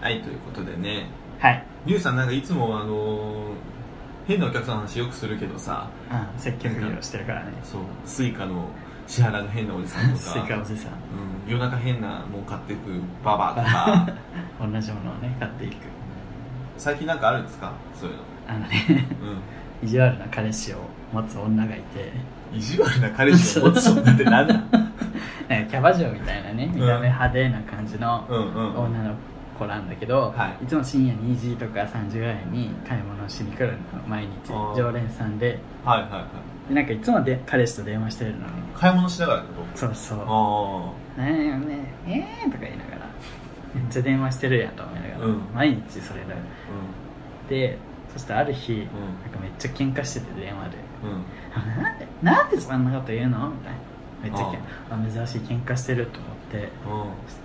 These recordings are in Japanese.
はいということでねはい、リュウさんなんかいつもあのー変なお客さんの話よくするけどさうん、積極利用してるからねそうスイカの支払いの変なおじさ んとかスイカおじさんうん、夜中変なもう買っていくババアとか 同じものをね買っていく最近なんかあるんですかそういうの、あのね う意地悪な彼氏を持つ女がいてん、意地悪な彼氏を持つ女って何なんなんかキャバ嬢みたいなね見た目派手な感じの うんうんうん女の子なんだけど、はいい、つも深夜2時とか3時ぐらいに買い物をしに来るの毎日あー常連さんではいはいはいでなんかいつもで彼氏と電話してるのね買い物しながらってことそうそうあなんやねえーとか言いながらめっちゃ電話してるやんと思いながら、うん毎日それだよあでそしてある日、んなんかめっちゃ喧嘩してて電話で うんうん「なんでなんでそんなこと言うの?」みたいなめっちゃけんああ珍しい喧嘩してると思って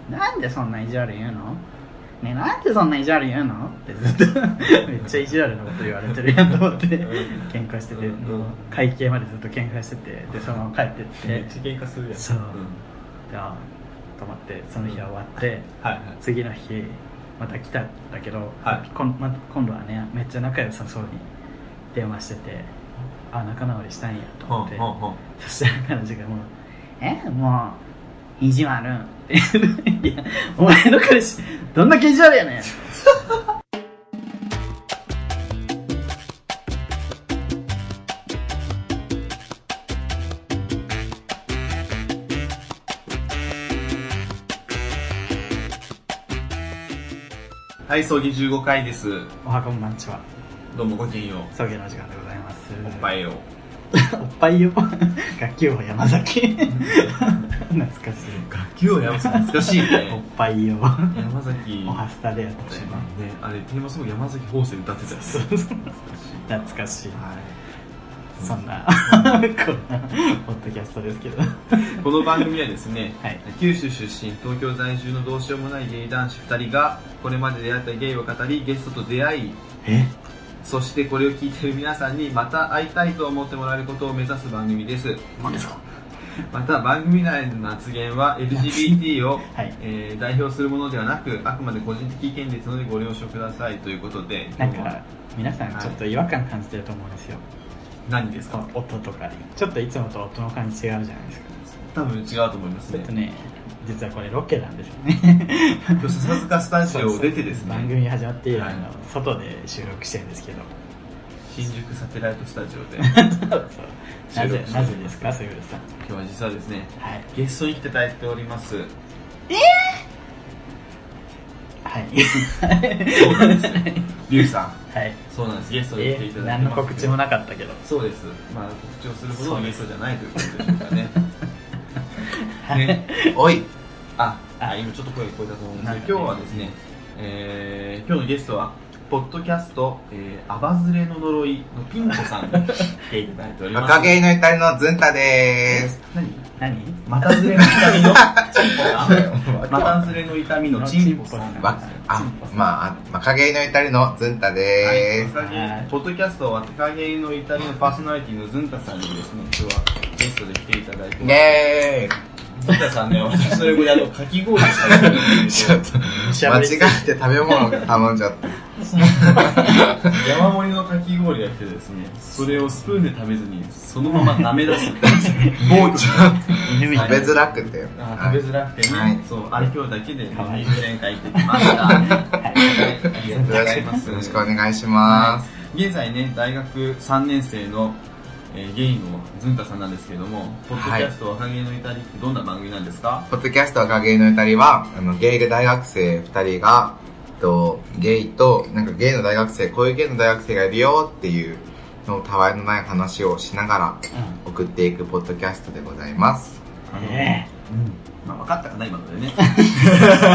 うん「なんでそんな意地悪言うの?」ねえなんでそんな意地悪言うのってずっと めっちゃ意地悪なこと言われてるやんと思ってうん喧嘩してて、うんもう会計までずっと喧嘩しててでそのまま帰ってっめてっちゃ喧嘩するやんそうんじゃあと思ってその日は終わって、はいはい次の日また来たんだけど、はいこんま、今度はねめっちゃ仲良さそうに電話しててあ仲直りしたんやとほん思って、ほんほんそしたら彼女がもう「えもう意地悪」って言う いやお前の彼氏どんだけ意地悪やねんはい葬儀15回ですおはこんばんちはどうもごきげんよう葬儀の時間でございますおっぱいよおっぱいよ 学級法山崎 懐かしい楽器を山崎懐かしいおっねぱいよ山崎おはスタでやってたよねねあれテーマソング山崎芳生歌ってたやつそうそうそう懐かしい懐かしいはいそんなこんなポッドキャストですけどはこの番組はですね、はい九州出身東京在住のどうしようもないゲイ男子2人がこれまで出会ったゲイを語りゲストと出会いえそしてこれを聞いている皆さんにまた会いたいと思ってもらえることを目指す番組です何ですかまた番組内の発言は LGBT を、はいえー代表するものではなくあくまで個人的意見ですのでご了承くださいということでなん今日はか皆さんちょっと違和感感じてると思うんですよ何ですこかの音とかでちょっといつもと音の感じ違うじゃないですか多分違うと思いますちょっねとね実はこれロケなんですよね今日笹塚スタジオを出て です番ね組始まって以来はの外で収録してるんですけど新宿サテライトスタジ オでそう収なぜ録してなぜですかすぐるさん今日は実はですねはいゲストに来ていただいており ますはいそうなんですよリュウさんはいそうなんですゲストに来ていえただい何てのます告知もなかったけどそうですまあ告知をするほどそのうゲでスすトじゃないということでしょうかねは いねおいあああ今ちょっと声が聞こえたと思うんですなけんかど今ね日はですね、えー今日のゲストはポッドキャスト「えー、アバズレの呪い」のピンコ さんに来ていただいております赤芸の怒りのずんたでーす。何何またずれの痛み のチンポさんまたずれの痛みのチンポさんわあ、まあ、あ赤芸の怒りのずんたでーす。はい、ポッドキャストは手加減のイタリアのパーソナリティのズンタさんにですね今日はゲストで来ていただいてますイェーイズンタさんね私の横であのかき氷されてるんです ちよょっと、間違って食べ物頼んじ ゃった。山盛りのかき氷が来てですねそれをスプーンで食べずにそのまま舐め出すもうちょっ犬みたいと、食なべづらくて。あー食べづらくてね、はいそうあれ今日だけでかわいい20年間行ってきましたはいありがとうございますよろしくお願いします。現在ね大学3年生の、えー、ゲイのズンタさんなんですけどもポッドキャスト「若気の至り」ってどんな番組なんですかポッドキャスト赤芸の怒りは、あの、ゲイで大学生二人が、えっと、ゲイと、なんかゲイの大学生、こういうゲイの大学生がいるよっていう、のたわいのない話をしながら送っていくポッドキャストでございます。あのえまあ、分かったかな今のでねえ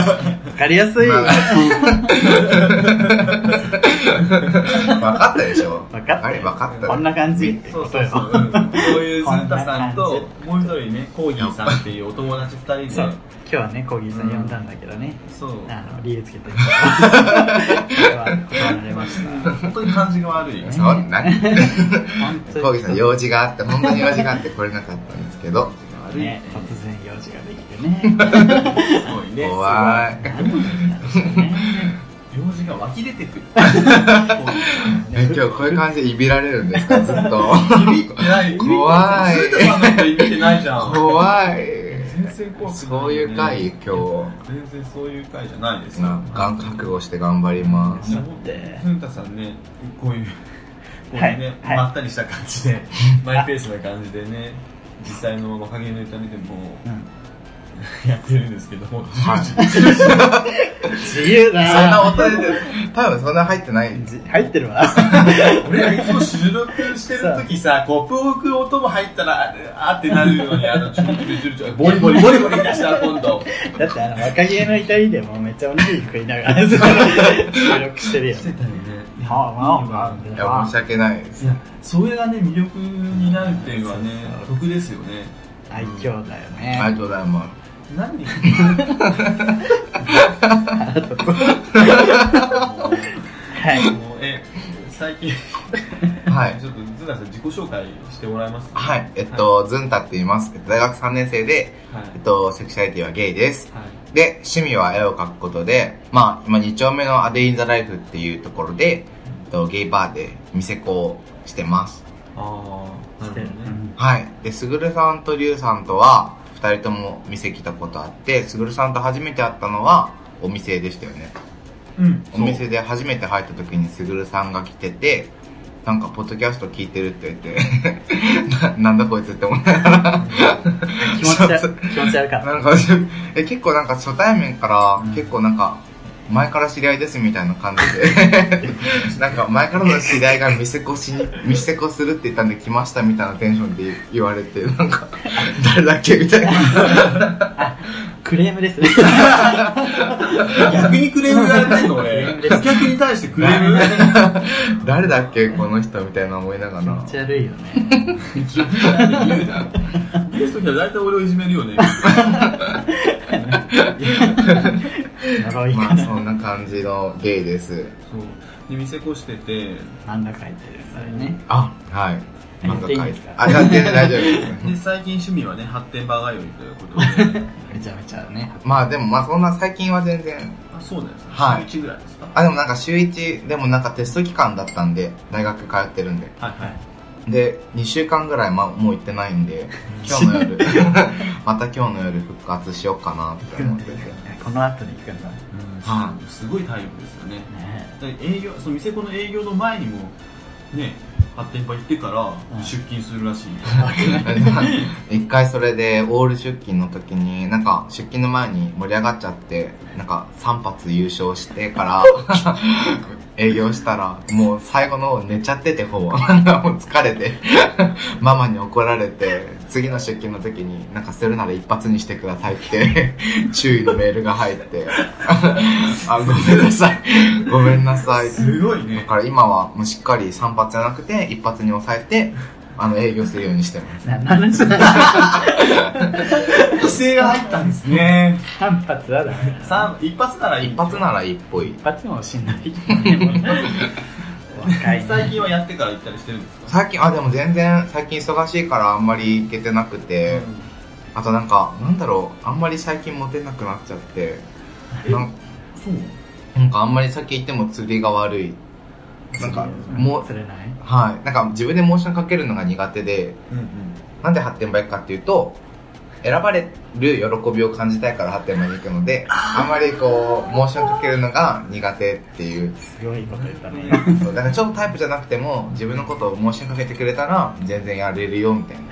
わかりやすい。まわ あ分かったでしょかったあれ分かったこんな感じってそうことそうよ。そう、うんそういうズンタさんともこうん一な感人ねコーギーさんっていうお友達2そ人うで今日はね、コーギーさん呼んだんだけどね、そうあの、理由つけ て、今日は断られました。本当に感じが悪いそんな本当にコウギさん用事があって本当に用事があって来れなかったんです けど悪いねね、突然 用事ができてね。すごいね怖い何なんでしょうね手文字が湧き出てくるえ今日こういう感じでいびられるんですかずっと意味ない意味怖いずっと考えて意味ってないじゃん怖い全然怖くないそういう回今日全然そういう回じゃないですながん覚悟して頑張りますそうってふんたさんねこういうこうはいいうね、はいまったりした感じでマイペースな感じでね実際の若気の痛みでもうんやってるんですけども、自由だそんな音出てる多分そんな入ってないじ入って るわ俺らいつも収録してる時さコップを置く音も入ったらあーってなるようにあのチュルチュルチュルチュルボリボリボリボリ出したら今度だってあの若気の痛みでもめっちゃおにぎり食いながら収録してるよしてたよねはあいや申し訳ないですいやそれがね魅力になるっていうのはね得ですよね愛嬌だよねありがとうございま何もはういもうえ最近すはいちょっとズナさん自己紹介してもらえますかはいえっとズンタって言いますえっと大学3年生ではいえっとセクシャリティはゲイですはいで趣味は絵を描くことでまあ今2丁目のアデイン・ザ・ライフっていうところで、えっと、ゲイバーで店子をしてますああなるほどねはい。で、すぐるさんとりゅうさんとは、二人とも店来たことあって、すぐるさんと初めて会ったのは、お店でしたよね。うんお店で初めて入った時にすぐるさんが来てて、なんか、ポッドキャスト聞いてるって言って、 ななんだこいつって思いながら、気持ち悪気持ち悪かったなんか、 え結構なんか初対面から、結構なんか、前から知り合いですみたいな感じで、 なんか前からの知り合いが店越しに、店越するって言ったんで来ましたみたいなテンションで言われて、なんか、誰だっけみたいな。 クレームですね逆にクレーム言われてんの俺クレームおです客に対してクレーム誰だっけこの人みたいな思いなが気ら持。ち悪いよね 言うじゃん言う時は大体俺をいじめるよね呪いまかあなそんな感じのゲイです。そうで店越してて漫画描いてるそれねあ、はい。や漫っ画ていいん描でいすてか。あ、やってる大丈夫です。 で最近趣味はね発展場通いということ でめちゃめちゃねまあでもまあそんな最近は全然。あそうなんですかはい週1ぐらいですかあ、でもなんか週1、でもなんかテスト期間だったんで、大学通ってるんで。はいはいで、2週間ぐらい、ま、もう行ってないんで、今日の夜、また今日の夜復活しようかなって思ってて。この後に行くんだねはすごい体力ですよねだから営業その店子の営業の前にもね発展場行ってからうん出勤するらしい、 一回それでオール出勤の時になんか出勤の前に盛り上がっちゃってなんか3発優勝してから 営業したらもう最後の方寝ちゃっててほぼなんかもう疲れてママに怒られて次の出勤の時になんかするなら一発にしてくださいって注意のメールが入って あごめんなさいごめんなさいすごいだねから今はもうしっかり3発じゃなくて一発に抑えてあの営業するようにしてます何の話 だ規制が入ったんですね三発はだね三一発ならいい一発ならいいっぽい一発もしんないけどねもう若い最ね近はやってから行ったりしてるんですか最近あでも全然最近忙しいからあんまり行けてなくて、あとなんかなんだろうあんまり最近モテなくなっちゃってなんそうなんかあんまり先行っても釣りが悪いなんかもう釣れないはいなんか自分でモーションかけるのが苦手でうんうんなんで発展場行くかっていうと選ばれる喜びを感じたいから発展場に行くのであんまりこうモーションかけるのが苦手っていうすごいこと言ったねそうだからちょっとタイプじゃなくても自分のことをモーションかけてくれたら全然やれるよみたいな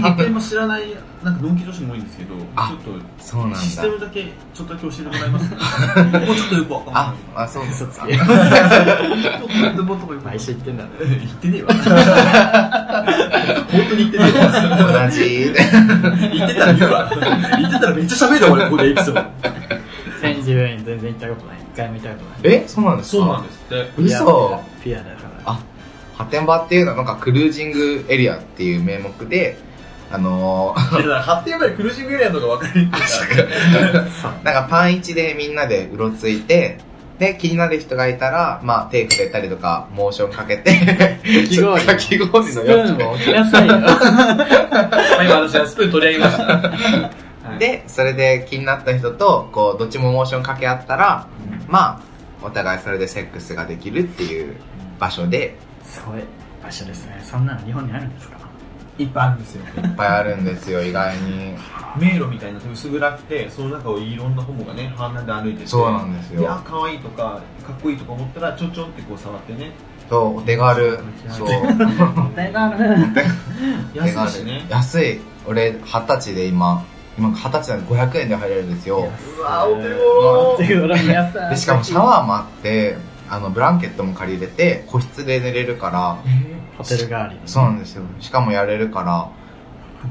発展も知らないなんかドンキ女子も多いんですけどちょあっとそうなんだシステムだけちょっとだけ教えてもらえますか もうちょっとよくわかんないあ、あ、そうです嘘つか。けちょっともうちょっとよくわかんない毎週言ってんだね言ってねえ わ本当に言ってねえわ同じ。言ってたら言うわ言ってたらめっちゃ喋るわ俺ここでエピソード2014に全然行ったことない一回も行ったことないえ、そうなんですかそうなんですって嘘ピアだからあ、発展場っていうのはなんかクルージングエリアっていう名目で、あの ー、だから発展まで苦しみぐらいのが分かりにくいからなんかパン1でみんなでうろついて、で、気になる人がいたら、まあ手触れたりとか、モーションかけ て、かき氷かき氷スプのよーンを置きなさいよまあ今私はスプーン取り上げましたはいで、それで気になった人と、こう、どっちもモーションかけ合ったら、まあお互いそれでセックスができるっていう場所ですごい場所ですねそんなの日本にあるんです かいっぱいあるんですよいっぱいあるんですよ意外に迷路みたいな薄暗くてその中をいろんなホモがね半裸で歩いててそうなんですよあ可愛いとかかっこいいとか思ったらちょんちょんってこう触ってねそうお手軽そうもったいなる安いしね 安い俺二十歳で今今二十歳なんで500円で入れるんですようわお手頃手頃に安さでしかもシャワーもあってあのブランケットも借りれて個室で寝れるからホテル代わりにそうなんですよしかもやれるから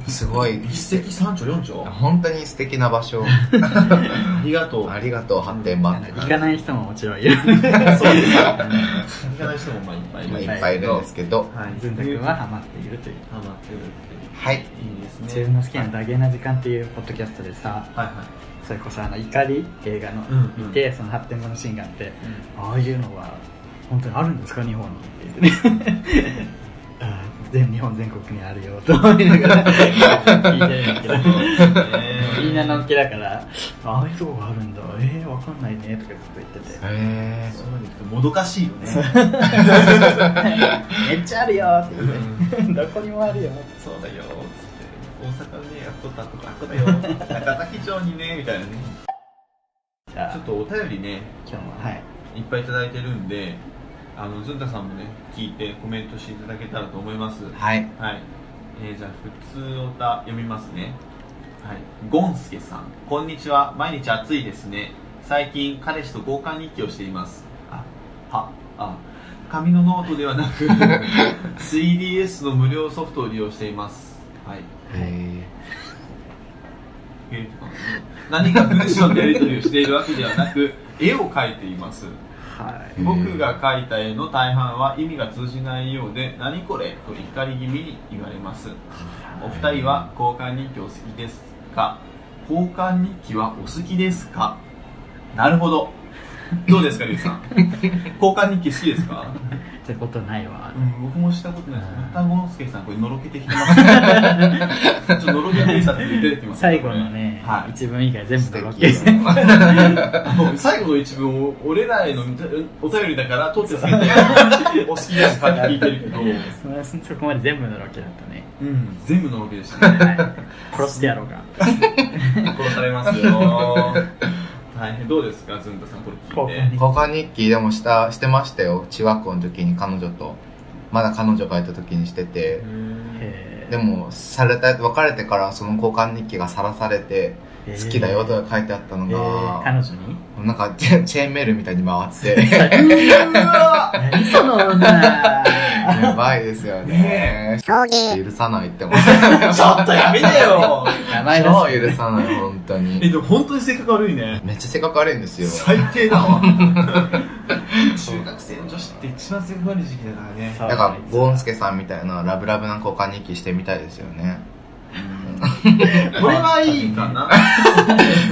すごい一石三鳥四鳥本当に素敵な場 所ありがとうありがとう発展場って行感かじない人ももちろんいるそうです行かない人もまあいっぱいい今るいっぱいいるんですけどはいずんたくんはハマっているというハマってるっはいていいですね自分の好きなダゲな時間っていうポッドキャストでさはいはいそれこそあの怒り映画のうんうん見て、その発展後のシーンがあってああいうのは本当にあるんですか日本にって言ってねあー全日本全国にあるよと思いながら 聞いてるんだけどみんなのんきだからああいうとこがあるんだえー、わかんないねとかずっと言っててへそうなんですけどもどかしいよねめっちゃあるよって言ってどこにもあるよそうだよつって大阪ねやっとったとこあっこだよ中崎町にねみたいなねじゃちょっあとお便りね今日もはいいっぱいいただいてるんであのずんたさんもね聞いてコメントしていただけたらと思いますえはいはい、えー、じゃあ普通おた読みますねはいゴンスケさんこんにちは毎日暑いですね最近彼氏と交換日記をしていますあはあ紙のノートではなく 3DS の無料ソフトを利用していますはいへえーと何か文章のやり取りをしているわけではなく絵を描いていますはいうん僕が描いた絵の大半は意味が通じないようで「何これ?」と怒り気味に言われますお二人は交換日記お好きですか交換日記はお好きですかなるほ どどうですかリュウさん交換日記好きですかってことないわうん僕もしたことないですまたゴンスケさんこれのろけてきてますね ちょっとのろけてきたって出てきますね最後のね、はい一文以外全え部素のロ敵ケですねもう最後の一文を俺らへのお便りだから取ってつけてお好きですかって聞いてるけど、そのそこまで全部のロケだったね、うん、全部のわけでしたねはい、殺してやろうか殺されますよ大変どうですかずんたさんこれ交聞いて換日記交換日記でもしたしてましたよ中学校の時に彼女とまだ彼女がいた時にしててへーでもされた別れてからその交換日記がさらされてへー好きだよとか書いてあったのえーが彼女 になんかチェチェーンメールみたいに回ってうわ何その女やばいです よね許さないって思うちょっとやめてよやばいです超許さない本当えにでも本当に性格悪いねめっちゃ性格悪いんですよ最低だわ中学生の女子って一番性格悪い時期だからねそうだからゴンスケさんみたいなラブラブな交換日記してみたいですよねこれはいいかな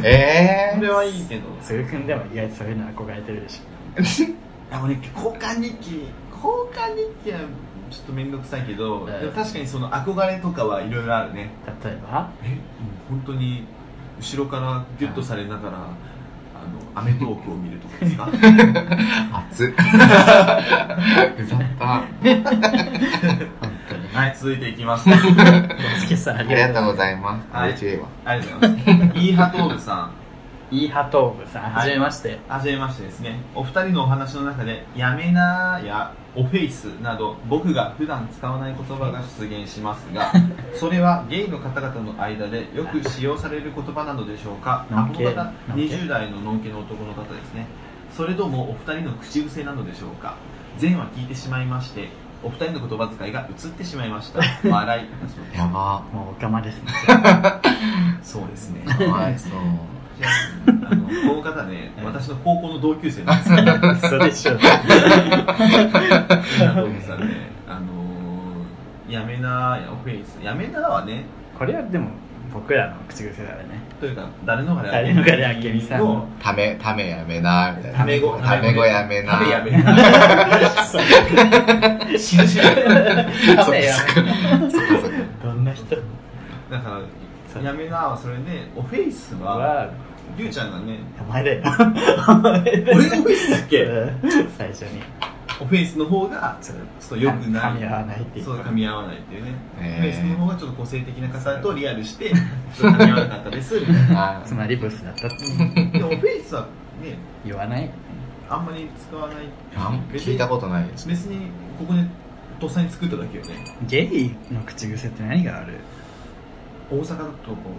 えこれはいいけどすぐくんでも意外とそういうの憧れてるでしでもね交換日記交換日記はちょっと面倒くさいけど、ええでも確かにその憧れとかはいろいろあるねょ例えばえ本当に後ろからギュッとされながら、あのアメトークを見るとかです かー 熱っ歌った本当にはい続いていき ますゴンスケさんあありりががととううごございざいます。はい嬉しいわ。ありがとうございますイーハトーブさんますイーハトーブさんははいじめましてはじめましてですねお二人のお話の中で「やめな」や「オフェイス」など僕が普段使わない言葉が出現します がそれはゲイの方々の間でよく使用される言葉なのでしょうかのあんこけの方のんけ20代ののんけの男の方ですねそれともお二人の口癖なのでしょうか前は聞いてしまいましてお二人の言葉遣いが移ってしまいました 笑いだそうでやばもうおかまですねすそうですねー。かわいそう。じゃああのこの方 ね私の高校の同級生なんですけど嘘でしょトムさんね、あのー、やめなーやオフェイス、やめなーはね、 これはでも僕らの口癖だよねというか、誰のがね誰のがね明美さんのため、ためやめな、みたいな。ためご、ためごやめな。ためやめな。 死ぬ死ぬ。そっダかメよそっかそっか。どんな人だから、やめなーはそれで、オフェイスは、はりゅうちゃんが ね、お前だ俺よ。のオフェイスだっけうん 最初に。オフェイスの方が、ちちょょっっと良くない。噛み合わないっていうそう、か噛み合わないっていうね。オフへーェイスの方がちょっと個性的な方とリアルして、ちょっと噛み合わなかったです、みたいな。あつまりブスだったってうんでもオフェイスはね、言わない。あんまり使わない。あん聞いたことないです。別に、ここで、とっさに作っただけよね。ゲイの口癖って何がある大阪だとこ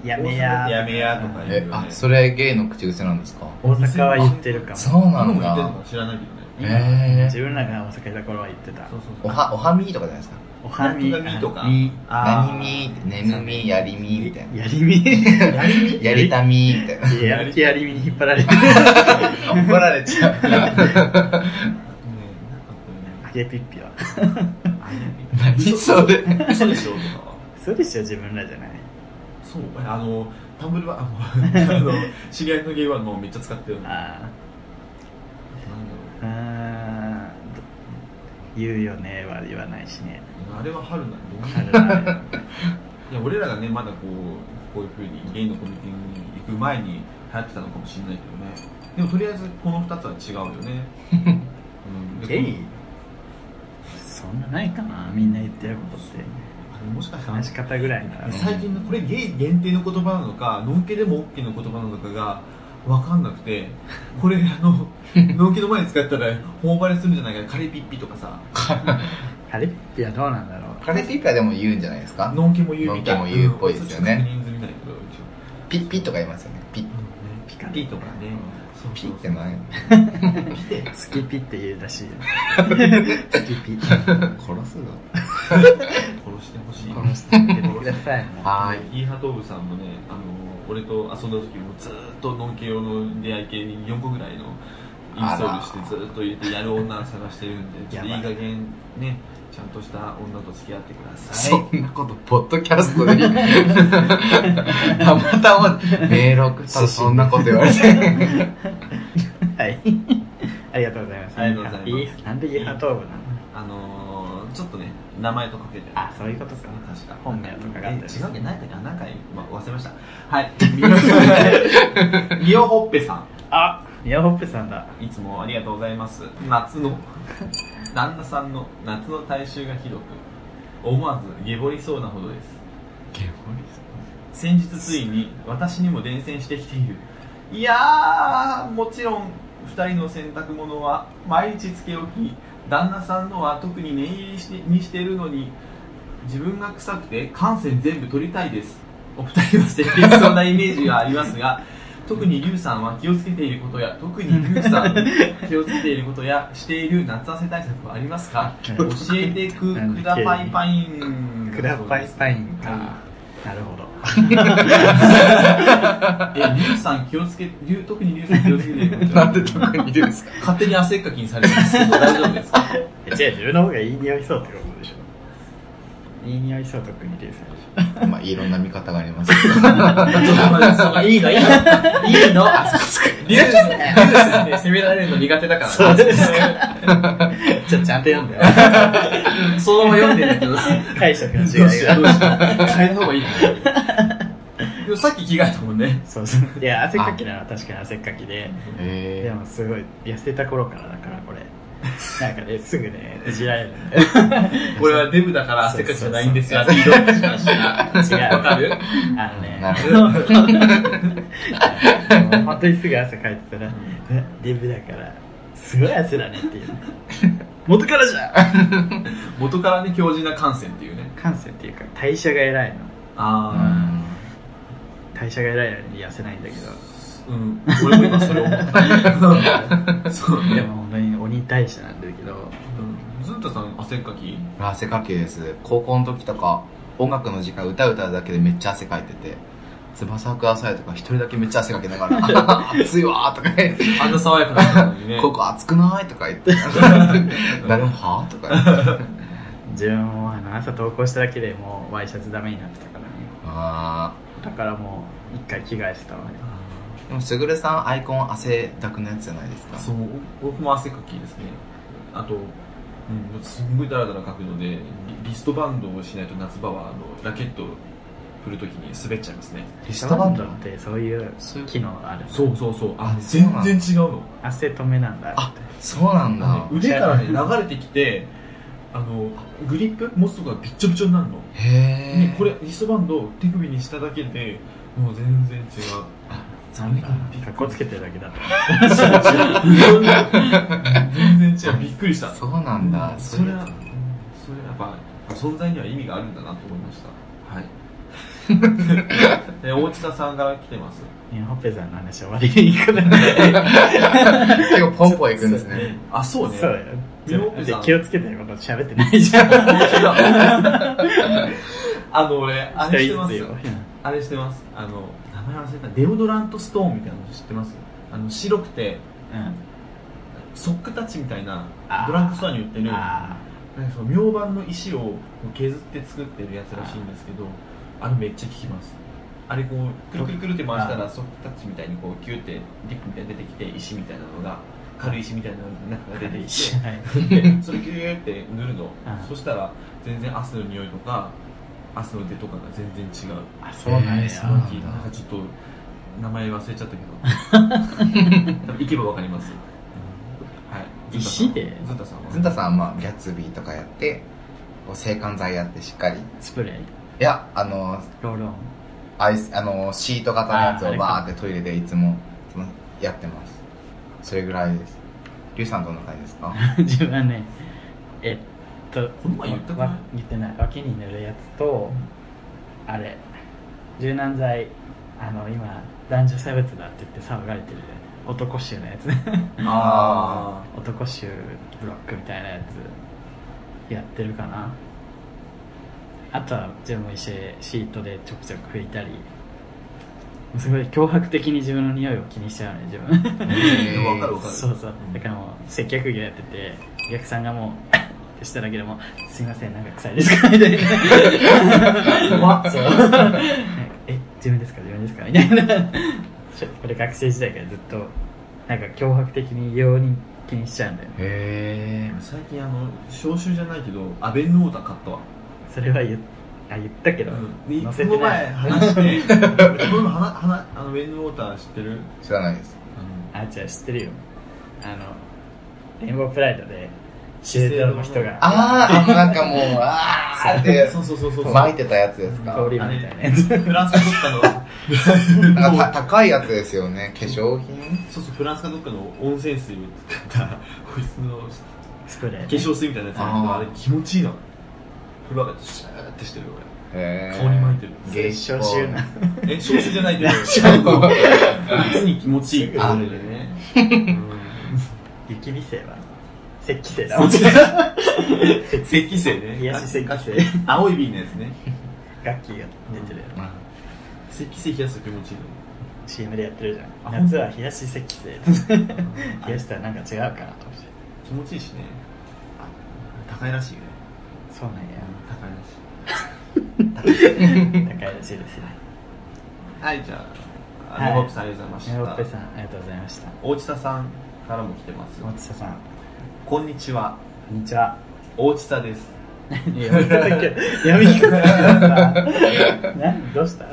う、やめ大阪やでやめやとか言うよえね、。あ、それゲイの口癖なんですか大阪は言ってるかも。そうな何んも言ってんのだか。知らないけどね。今へー自分らが大阪いた頃は言ってたそう。そうそおう。は、おはみとかじゃないですか。おはみ、なんとかみとかあみあー何み、ねむみ、やりみ、みたいな。やりみ。やり やりたみ、みた いな。やる気やりみに引っ張 られて。怒られちゃう。ねえなんかこうあげぴっぴは。ね何それ。嘘でしょとかそうでしょ、自分らじゃない。そうあのタンブルはあの あの知り合いのゲイはもうめっちゃ使ってるなんだあろーあーど言うよねは言わないしね。うあれは春なんあだるないや俺らがねまだこうこういうふうにゲイのコミュニティに行く前に流行ってたのかもしれないけどねでもとりあえずこの2つは違うよね、うんでゲイそんなないかな、みんな言ってることって。あのもしかしたら話し方ぐらいなら。最近のこれゲイ限定の言葉なのかノンケでも OK の言葉なのかが分かんなくてこれあのノンケの前に使ったら頬張れするんじゃないかなカレピッピとかさあれってはどうなんだろう。カレーピッピはでも言うんじゃないですかノンケも言うみたいノンケも言うっぽいですよねうんそっち確認済みないけど一応ピッピッとか言いますよね。ピッ。うんピカピとかねそうピッってない。ピて好きピって言うらしいよ。好きピ。殺殺すぞ。殺してほしいして あげてください。はーい。イーハトーブさんもねあの俺と遊んだ時もずーっとノンケ用の出会い系に4個ぐらいのインストールしてずーっと入れてやる女を探してるんでちょっといい やば加減ねちゃんとした女と付き合ってくださそいんなこと、ポッドキャストで言う たまたま、メール送ったらそんなこと言われ て。はい。ありがとうございます。ありがとうございますいなんでイーハトーブなのあのー、ちょっとね名前とかけてあ、そういうことか。確か本名とかがあえっ違たりうわけないだから何回、まあ、忘れました はいみおほっぺさあ、ミヤホップさんだ。んいつもありがとうございます夏の 旦那さんの夏の体臭がひどく思わず下ぼりそうなほどです先日ついに私にも伝染してきているいやーもちろん2人の洗濯物は毎日つけ置き旦那さんのは特に念入りしてにしてるのに自分が臭くて汗腺全部取りたいですお二人は接近しそうなイメージがありますが特にリュウさんは気をつけていることや特にリュウさんは気をつけていることやしている夏汗対策はありますか教えてくくだパイパイ ンクラブパイパインか。なるほど。え、リュウさん気をつけ、リュウ特にリュウさん気をつけてることなんで特に言うん ですか勝手に汗っかきにされるんですけど、大丈夫ですかえ違う、自分の方がいい匂いそうってことでしょ。いい匂いそう、特に流星でしまあ、いろんな見方があり ますけど。 いいの、いいの。いいの、あ、そっかそっか。リュウさん、リュウさんね、責められるの苦手だから。そうですょ。ちょ、ちゃんと読 んでよ。そのまま読んでるけど。解釈のどうし違いよう、どうしが。よう。変えた方がいいのでもさっき着替えたもんね。そうそう。いや、汗っかきなのは確かに汗っかきで。でえもすごい痩せた頃からだからこれ なんかねすぐねいじられるんだよ 俺はデブだから汗っかきじゃないんですよ。って言いろんな話違うがわかるあのねなる もう本当にすぐ汗かいてたらえ「デブだからすごい汗だね」っていうね 元からじゃん元からね、強靭な感染っていうね。感性っていうか代謝が偉いのあ代謝が偉いのに痩せないんだけー。うん。俺も今それ思った。そうどでね。も本当に鬼代謝なんだけどずんたさん汗っかきうん。汗かきです。高校の時とか、音楽の時間歌う歌うだけでめっちゃ汗かいてて。翼くださいとか一人だけめっちゃ汗かきながら、 暑いわーとか言って、あんな爽やかなのにねここ暑くないとか言 って、誰もはぁとか言って。自分もあの朝投稿しただけでもうワイシャツダメになってたからねあだからもう一回着替えてたわねーでも、すぐるさんアイコン汗だくのやつじゃないですか。そう僕も汗かきですねあと、うん、すんごいダラダラかくのでリリストバンドをしないと夏場はあのラケット振るときに滑っちゃいますねリストバンドってそういう機能あるそうそうそうああそう全なんだ然違うの汗止めなんだあそうなんだ腕からね流れてきてあのグリップ持つとこがびっちょびちょになるの、へえね、これリストバンドを手首にしただけでもう全然違う残念かっこつけてるだけだと全然違うびっくりしたそうなんだそれうはうんそれはやっぱ存在には意味があるんだなと思いましたはいで大地田さんから来てますニューホッペさんの話終わりに行くのね結構ポンポンいくんですねあそうねそうよニューホッペさんで気をつけてよこと喋ってないじゃんあの俺あれして一人まずすつよよあれしてますあの名前忘れたデオドラントストーンみたいなの知ってますあの白くてうんソックタッチみたいなあードラッグストアに売ってるなんかあその明板の石を削って作ってるやつらしいんですけどあれめっちゃ効きますあれこうくるくるくるって回したらソックタッチみたいにこうキューってリップみたいに出てきて石みたいなのが軽い石みたいなのが中が出てーきしてないでそれギューって塗るのうんそしたら全然汗の匂いとか汗の出とかが全然違うあそうなんえやーそうなんだなんかちょっと名前忘れちゃった けど多分行けばわかります、はい、石でズンタさんはずんたさんはまあギャッツビーとかやってこう制汗剤やってしっかりいスプレーやあのロールオンアイスあのシート型のやつあーあをれかバーってトイレでいつもそのやってますそれぐらいですリュウさんどんな感じですか 自分はねえっとこの前言ったかなわ言ってない脇に塗るやつと、あれ柔軟剤あの今男女差別だって言って騒がれてる男臭のや つねあ男臭ブロックみたいなやつやってるかなあとは自分も一緒にシートでちょくちょく拭いたりすごい脅迫的に自分の匂いを気にしちゃうね自分 ーでもわかるわかるそうそううんだからもう接客業やっててお客さんがもう ってしただけでも「すいませんなんか臭いですか?」みたいな 怖っそうなんかえ自分ですか自分ですかみたいなちょこれ学生時代からずっとなんか脅迫的に容認気にしちゃうんだよねへー最近あの消臭じゃないけどアベノーダ買ったわ、それは言っあ言ったけど、で載こせのてな前い話して この前話話あのアベノーダ知ってるえ知らないですああじゃあ知ってるよあのレインボープライドで資生堂の人があーあのなんかもうあーってのそうそうそうそうそう巻いてたやつですか香りあみれたいなやつフランスかどっかなんのかた高いやつですよね化粧品そうそうフランスかどっかの温泉水を使ったこいつのスプレー化粧水みたいなやつあるけどあーあれ気持ちいいな風呂上がってシューってしてるよへー顔に巻いてるゲイ消臭な俺え消臭じゃないけど実に気持ちいい風呂でね雪美生は石器生だそもっんちねだ 石器生ね冷やし石器生青い瓶のやつね楽器が出てる、まあ石器生冷やすと気持ちいいの CM でやってるじゃあん夏は冷やし石器 生冷やしたらなんか違うかなと思って気持ちいいしねあ高いらしいよねそうなん高いらしい や高いらしいですねはいじゃあはいネホップさんありがとうございヨーロッまペしさたんありがとうございました大地田さんからも来てます大地さんこんにちはこんにちは大地田です やめ方けやめ方 がさ何どうした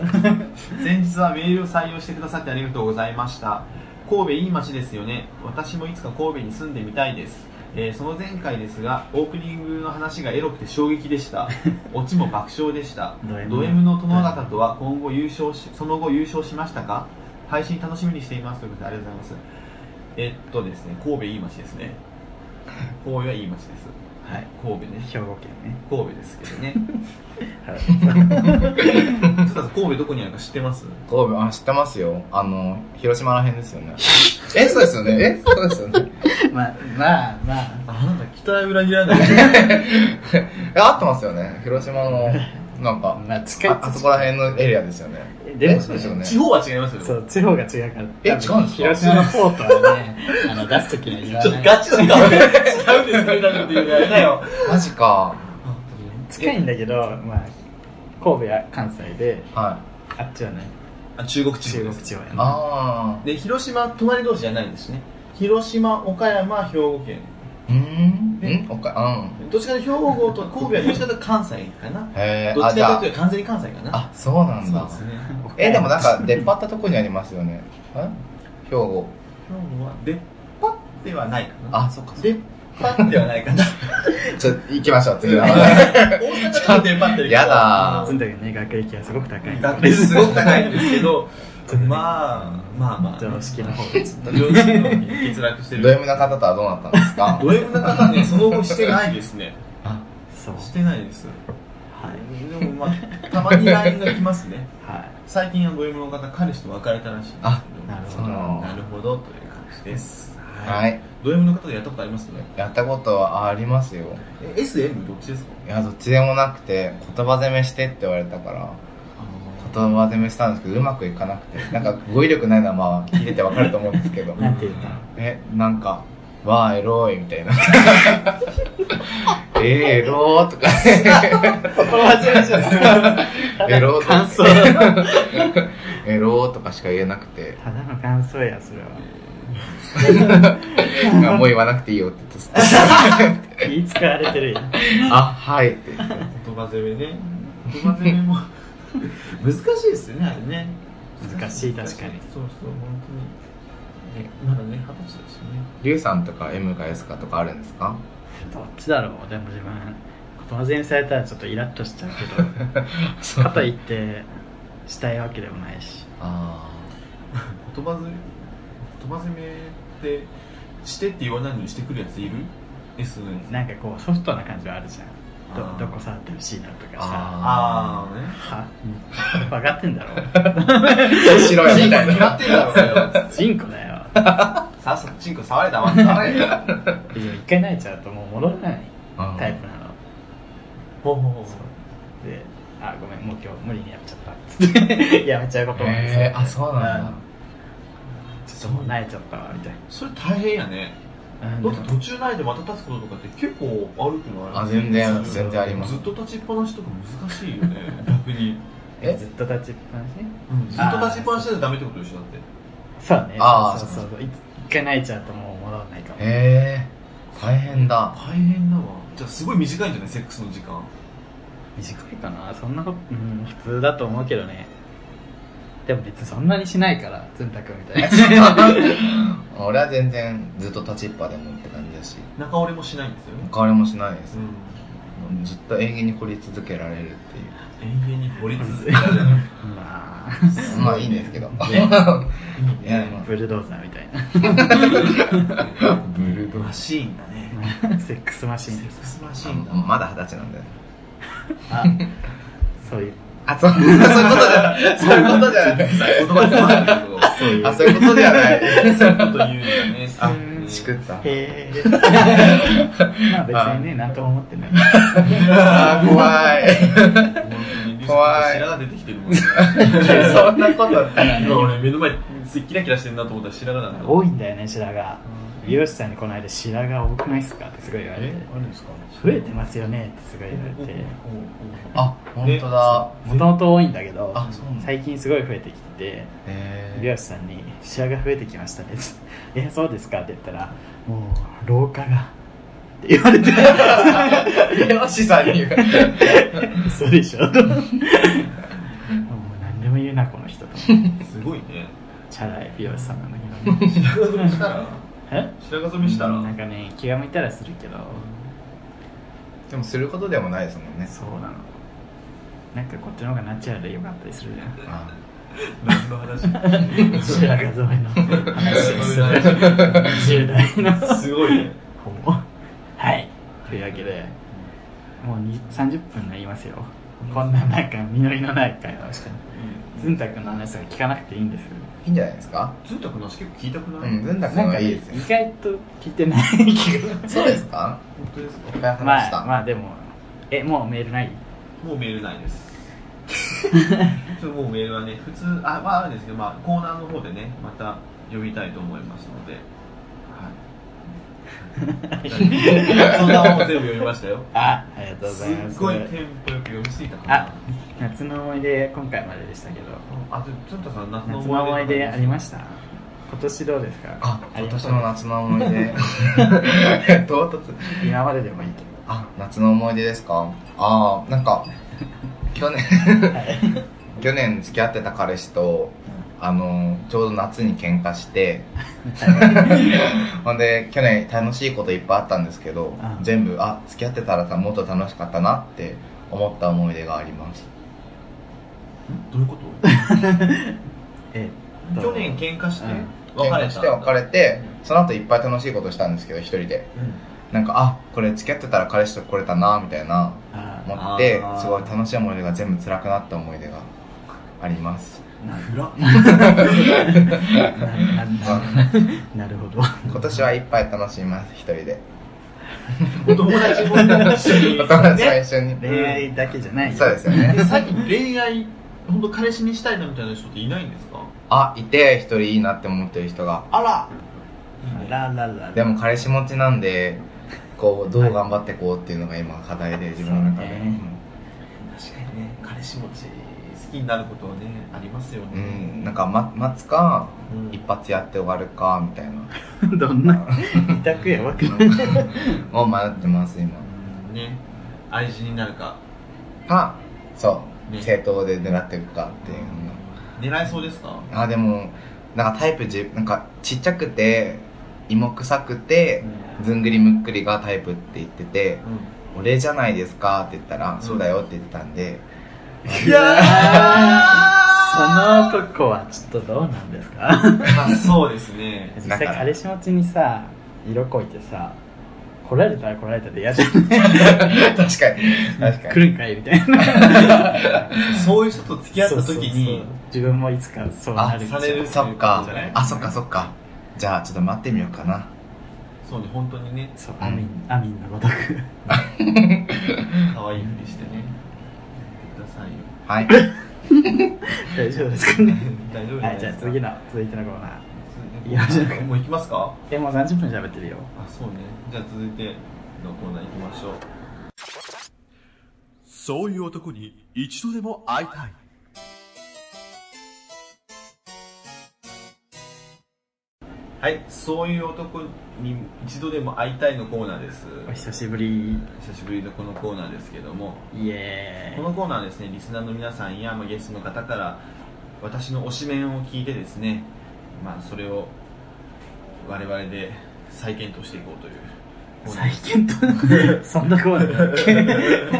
先日はメールを採用してくださってありがとうございました神戸いい街ですよね私もいつか神戸に住んでみたいです、えーその前回ですがオープニングの話がエロくて衝撃でした オチも爆笑でしたド M ド M の殿方とは今後優勝しその後優勝しましたか配信楽しみにしていますということでありがとうございますえっとですね神戸いい街です ね神戸はいい街ですはい神戸ね兵庫県ね神戸ですけど ねはいちょっと神戸どこにあるか知ってます神戸あ知ってますよあの広島らへんですよねえそうですよねえそうですよね まあまあまああなんだ北へ裏切らないえ合ってますよね広島のなんかまあ近いああそこら辺のエリアですよねえでもねえそうですよね地方は違いますよねそう地方が違うからえ違うんですか広島のポートはねあ の出すときには言わちょっなといガチの顔で違うんですねなんて言うのやめなよマジか近いんだけど、まあ、神戸は関西で、はいあっちはね、あ中国地中方国で地す方やな。あで広島隣同士じゃないんですね広島岡山兵庫県うんうんおかうんどっちかというと兵庫とか神戸はどっちかというと関西かなへえどっあじちかゃというと完全に関西かなああそうなんそうだですねえでもなんか出っ張ったとこにありますよねえ兵庫兵庫は出っ張ってはないかなあそっか出っ張ってはないかなちょ行きましょう次は大阪だと出っ張ってるけどやだその時ね学歴はすごく高い学歴すごく高いんですけどまあまあまあ常識の方がちょっと常識の欠落してるド M な方とはどうなったんですかド M な方ねその後してないですねそうしてないですはいでもまあたまに LINE が来ますねは最近はド M の方彼氏と別れたらしいんですけどあいなるほそどのなるほどという感じですはいいド M の方でやったことありますねやったことはありますよえ SM どっちですかいやどっちでもなくて言葉攻めしてって言われたから言葉攻めしたんですけどうまくいかなくてなんか語彙力ないのはまあ聞いててわかると思うんですけどなんて言ったえなんか「わあエロい」みたいな 「えー、エロー」とか「エロー」と感か想「エロー」とかしか言えなくてただの感想やそれはあもう言わなくていいよって言って言い使われてるやん「あはい」って言って 言葉攻めね言葉攻めも難しいですよねあれね難しい確かにそうそう本当にねまだね二十歳だしねリュウさんとか M か S かとかあるんですかどっちだろうでも自分言葉攻めされたらちょっとイラッとしちゃうけどかといってしたいわけでもないしあ言葉攻め言葉攻めってしてって言わないのにしてくるやついる ?S のやつなんかこうソフトな感じはあるじゃあんーどどこ触ってほしいなとかさあああねは分かってんだろあ面白いみたい決まなってるだろそれはチンコだよさっさとチンコ触れたわ触れたいや一回泣いちゃうともう戻らないうんタイプなのほうほうほうで「あごめんもう今日無理にやめちゃった」っつって やめちゃうこともるえー、あそうなんだちょっともう泣いちゃったわみたいそれ大変やねなだって途中ないでまた立つこととかって結構あるくないあ全然ず全然ありますずっと立ちっぱなしとか難しいよね逆に、えずっと立ちっぱなしうんずっと立ちっぱなしじゃダメってことでしょだってそうねあーそうそうそうい一回泣いちゃうともう戻らないかもえー、大 変だ大変だわじゃあすごい短いんじゃないセックスの時間短いかなそんなことうん普通だと思うけどねでも別にそんなにしないからずんたくんみたいな俺は全然ずっと立ちっぱでもって感じだし中折れもしないんですよね変わりもしないですう、んずっと永遠に掘り続けられるっていう永遠に掘 り続けられるね まあまあいいんですけど。いや、まブルドーザーみたいあ、ブルドマシーンだねな セックスマセシンでッすクスマシーンだまだ二十歳なんだよ。 あそういうあ、そう、そういうことじゃない。そういうことじゃない。言葉詰まってるけどそういうあ、そういうことじゃない。そういうこと言うんだねあう、んしくった。へえ まあ別にね何とも思ってないあー、怖い。 怖い白が出てきてるもんねそんなこと今俺目の前すっキラキラしてるなと思ったら白髪なんだ多いんだよね白髪美容師さんにこの間白髪多くないっすかってすごい言われてるんですか増えてますよねってすごい言われてあ、本当だ。もともと多いんだけどあそうなんだ最近すごい増えてきてて美え容師さんに「白髪増えてきま したね」って「えそうですか?」って言ったら「もう老化が」って言われてー、美容師さん に。 「そうでし ょ」もう何でも言うなこの人と思ってすごいねチャラい美容師さんなんだけど 白髪染めしたらえ白髪染めしたらなんかね気が向いたらするけどでも、することでもないですもんね。そうなのなんかこっちの方がナチュラルでよかったりするじゃ んあ何の話 白髪染めの話をする10代のすごいねほぼはいというわけでもうに30分になりますよこんななんか実りのない会話をしてずんたくんの話は聞かなくていいんですいいんじゃないですかずんたくんの話結構聞いたくうないん、ずんだくんなんはか、いね、い意ですよ。外と聞いてない気がそうですか本当ですかいっぱい話しまた。あまあでもえもうメールないもうメールないですちょっともうメールはね普通あまああるんですけど、まあ、コーナーの方でねまた呼びたいと思いますのではいそんなもん全部読みましたよあありがとうごすざいますっごいテンポよく読みすぎたかなあ夏の思い出今回まででしたけどあ、ずずんたさん夏の夏の思思いい出出ありましした今年どうですかあ、今まし年たの夏の 思い出。唐突。今まででもいいけどあ、夏の思い出ですかああ、なんか、 去年、はい去年付き合ってた彼氏と、あの、ちょうど夏に喧嘩して、 ほんで、去年楽しいこといっぱいあったんですけどあ、全部、あ、付き合ってたらもっと楽しかったなって思った思い出があります。どういうことえっと去年喧嘩してう別れたんん喧だ嘩して別れて、その後いっぱい楽しいことしたんですけど、一人で。なんか、あ、これ付き合ってたら彼氏と来れたな、みたいなあ思ってあーすごい楽しい思い出が全部辛くなった思い出があります暗っななななるほど今年はいっぱい楽しみます一人でお友達も一緒 にお友達と一緒に恋愛だけじゃないよそうですよえねさっき恋愛本当彼氏にしたいなみたいな人っていないんですかあいて一人いいなって思ってる人があらラララでも彼氏持ちなんでこうどう頑張ってこうっていうのが今課題で自分の中で、そうね確かにね彼氏持ち好きになることはねありますようね、んなんか、ま、待つかうん一発やって終わるかみたいなどんな委託やばくないを迷ってます今うんね愛人になるかかそう、ね正当で狙っていくかっていうのが狙いそうですかあでもなんかタイプじなんかちっちゃくて芋臭くてずんぐりむっくりがタイプって言ってて「俺じゃないですか」って言ったんら「そうだよ」って言ってたんで、いやその男はちょっとどうなんですかまあそうですね実際彼氏持ちにさ色こいてさ来られたら来られたで嫌じゃん確かに確かに来るんかいみたいなそういう人と付き合った時そうそうにそう自分もいつかそうなあるされるそっかじゃないあそっかそっかじゃあちょっと待ってみようかなそうね本当にねそうアミンアミンのごとく可愛いふりしてねくださいよはい大丈夫ですか ね大丈夫はいじゃあ次の続いてのコーナーいやじゃあもう行きますかえもう30分喋ってるよあそうねじゃあ続いてのコーナー行きましょうそういう男に一度でも会いたいはいそういう男に一度でも会いたいのコーナーですお久しぶり久しぶりのこのコーナーですけどもイエこーイのコーナーはですねリスナーの皆さんや、まあ、ゲストの方から私の推しメンを聞いてですね、まあ、それを我々で再検討していこうというコーナー再検討そんなコーナーだ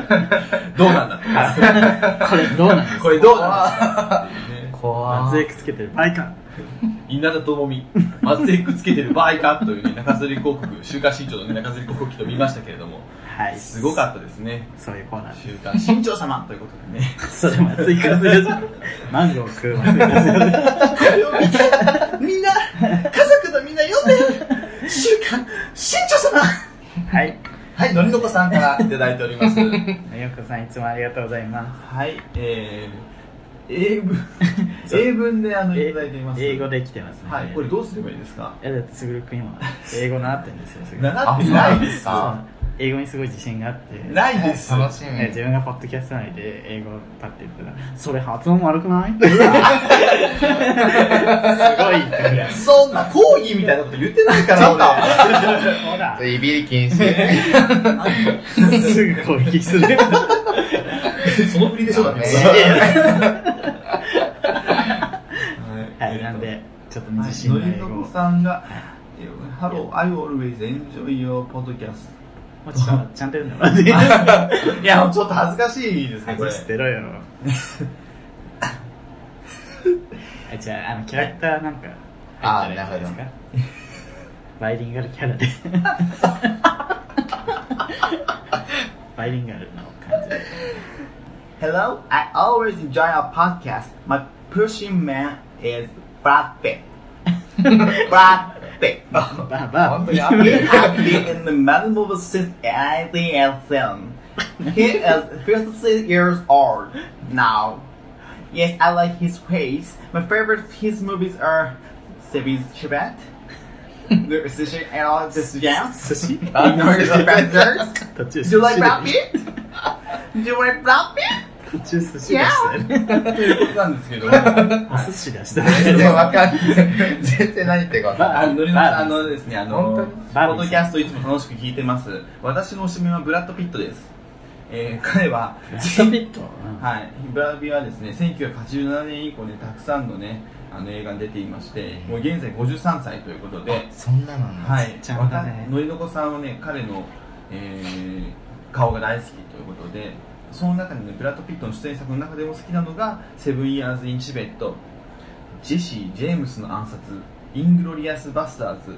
っけ どうなんだってこれどうなんですこかれどうなんですかっていうね怖松江くつけてるバイカ稲田朋美松江くつけてる場合かというね中吊り広告週刊新潮のね中吊り広告きっと見ましたけれどもはいすごかったですねそういうコーナー週刊新潮様ということでねそれ松井和代じゃ んマンゴー食う松井和代 みんな家族のみんな読んで週刊新潮様はいはい、のりのこさんからいただいております。はよこさんいつもありがとうございまい、えー、英文、英文であの、すいただいています。英語。で来てますねはい、これどうすればいいですかいやだってすぐるくん今英語習ってるんですよすぐる習ってあないそうです。そう英語にすごい自信があってないです。楽しね自み分がポッドキャスト内で英語パッて言ったら「それ発音悪く ない?」ってすごい言ってくれるそんな講義みたいなこと言ってないから、俺ほらいびり禁止すぐ攻撃 するその振りでしょ、だって。ねははいなんでちょっと自信ののり英の語をこさんが、Hello, I always enjoy your podcast. もうちょっとちゃんと読んでもらっていいですかいや、もうちょっと恥ずかしいですね、こ外れ。してろよ あじゃああのキャラクターなんかあ入ったらいいんじゃいなですかバイリンガルキャラ でバイリンガルの感じで Hello, I always enjoy your podcast. My pushing man is Brad Pitt. Brad Pitt. バーバ本当ーにある I've been in the Madden movie since I am film. He is 56 years old now. Yes, I like his face. My favorite of his movies are Seven's Chibet, The Decision and Uh, all this jazz. 寿司 Ignorance of Factors. 途中 Do you like Brad Pitt? Do you like Brad Pitt? 途中寿司出したよね。ということなんですけど、はいお寿司出した全よ然ね。わかんない。全然何言ってるかわかん ない。あ乗りましたあのですね、あの、本当にポッドキャストいつも楽しく聞いてます。私のおしめはブラッド・ピットです。えー彼 は、ストピット。うんはい、ブラビはですね、1987年以降ね、たくさんのね、あの映画に出ていまして、もう現在53歳ということで、そんなのなんだはちいっ、ちゃんだわねたのりのこさんはね、彼の、えー顔が大好きということで、その中でね、ブラッド・ピットの出演作の中でも好きなのが、セブン・イヤーズ・イン・チベット、ジェシー・ジェームスの暗殺、イングロリアス・バスターズ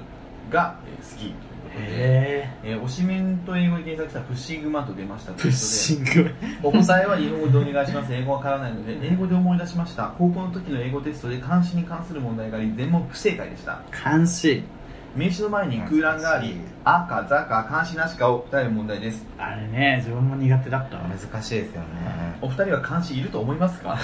が、えー好きということで、へえー、推しメンと英語で検索したらプッシングマと出ましたぇということプでッシング。お答えは日本語でお願いし ます。英語わからないので、英語で思い出しました。高校の時の英語テストで漢詩に関する問題があり、全問不正解でした。監視。名詞の前に空欄があり、あか、ざか、漢詩なしかを答える問題です。あれね、自分も苦手だったわ。難しいですよ ね。お二人は漢詩いると思いますか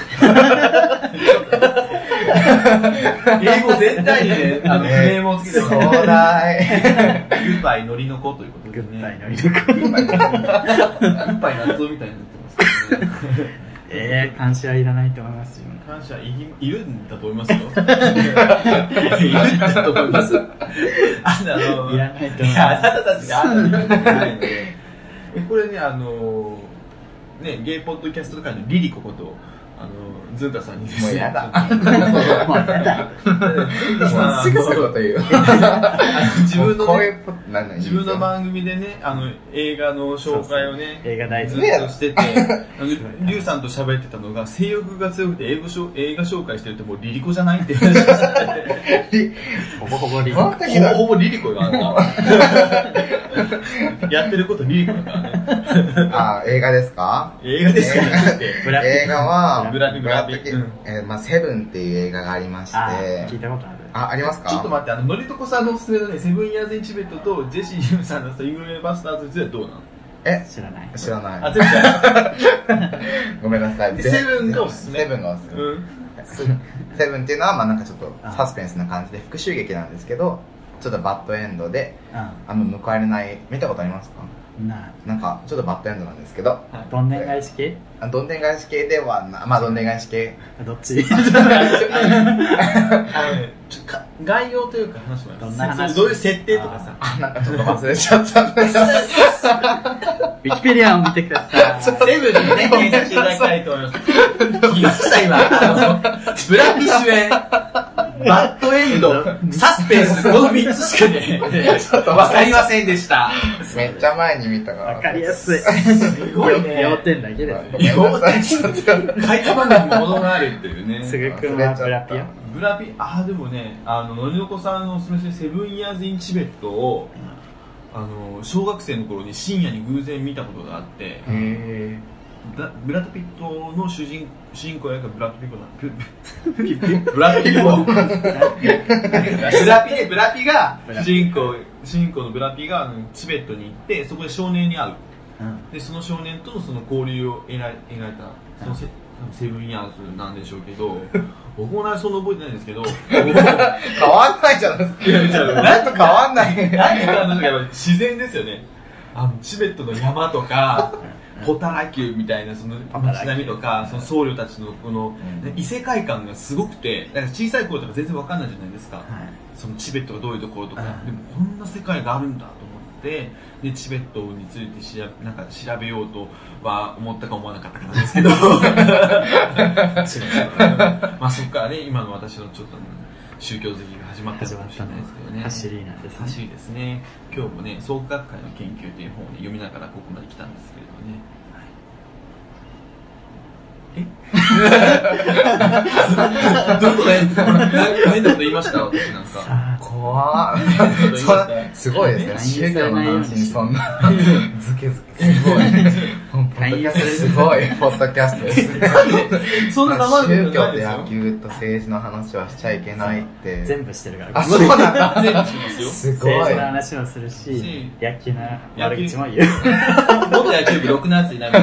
英語全体にね、あの、ね不明もつけてます。グ 壮大。ッバイのりのこということグでね。ッバイの色グッバイのりの子。グッバイの謎みたいになってますけどね。えー、監視はいらないと思いますよ。感謝いいるんだと思います よ。いるんだと思います。あの、いらないと思いますやあなたたちがあんたたちがないのでえこれね、あの、ね、ゲイポッドキャストとかのリリコこと、あの、ズンタさんにですね。もうやだ。もうやだ。ズンタさん、すぐそういうこと言う。自 分このうね、いうことなんない自分の番組でね、あの、映画の紹介をね、映画大好ずきっ。として て、あのリュウさんと喋ってたのが、性欲が強くて英語しょ映画紹介してるってもうリリコじゃないって話をし てて。ほぼほぼリこの時だ。ほぼリリコが あんなやってることリリコだからね。あ、映画ですか映画ですからねって。ブラピ映画は、ブラピブラピブラピうんえーまあセブンっていう映画がありましあー、て聞い、たことある。あ、ありますかちょっと待って、あの、のりとこさんのおすすめのね、セブンイヤーズ・イン・チベットとジェシー・ユーさんのスイング・ウェイ・バスターズ2はどうなのえ、知らない。知らなあ、い。全部じゃない。ごめんなさい。セブンがおすすめセブンがおすす め。うん。セブンっていうのは、まあなんかちょっとサスペンスな感じで、復讐劇なんですけど、ちょっとバッドエンドで、あの、報われない、見たことありますかうん。ななんか、ちょっとバッドエンドなんですけど、あ、どんでん返し系あどんでん返し系ではな、まあどんでん返し系。ど っちあのね、ちょっとか概要というか話もありますどんなそ話うどういう設定とかさ。あ、なんかちょっと忘れちゃったんだ けど。ウィキペディアを見てください。セブンにね、検索していただきたいと思います。聞きました、今。あのブラック主演、バッドエンド、サスペンス、この3つしかね、わかりませんでした。めっちゃ前に見たから。わかりやすい。すごいね。要点だけですごめんなさい、ちょっ と。かいつまんでも物があるっていうね。すぐくんはブラピ忘れちゃっア。ブラピ、あーでもね、あの、のりのこさんのおすすめするセブンイヤーズ・イン・チベットを、あの、小学生の頃に深夜に偶然見たことがあって、へだブラッド・ピットの主人主人公やからブラッド・ピットなん ブラッド・ピットブラピねブラピが主人公主人公のブラピがあのチベットに行ってそこで少年に会ううん。でその少年とのその交流を描い描いたそのセセブン・イヤーズなんでしょうけど僕も何そんな覚えてないんですけ どえ。変わんないじゃないですか。なんと変わんない。何かあのやっぱ自然ですよねあのチベットの山とかホタラキューみたいなそのホタラキュー街並みとかその僧侶たちのこのね異世界観がすごくてなんか小さい頃とか全然わかんないじゃないですかはい。 そのチベットがどういうところとかうんでもこんな世界があるんだと思ってでチベットについてしらなんか調べようとは思ったか思わなかったかなんです けどまあそこからね今の私のちょっと宗教好きが始まったかもしれないですけどね走りなんですね。しいですね今日もね創価学会の研究という本を、ね、読みながらここまで来たんですけれどね、え どういうことね変なこと言いました私なんさかあ、怖っ変なこと言いましたすごいですね。宗教の話にそんな。ズケズケ。すごい。ポッドキャストすごい。ポッドキャストです。 そんな名前宗のことない教ですとよ野球と政治の話はしちゃいけないって。全部してるから。あ、そうなんだ。全部しますよすごい。政治の話もするしし、野球の野悪球口も言う。元野球部6のやつにな るか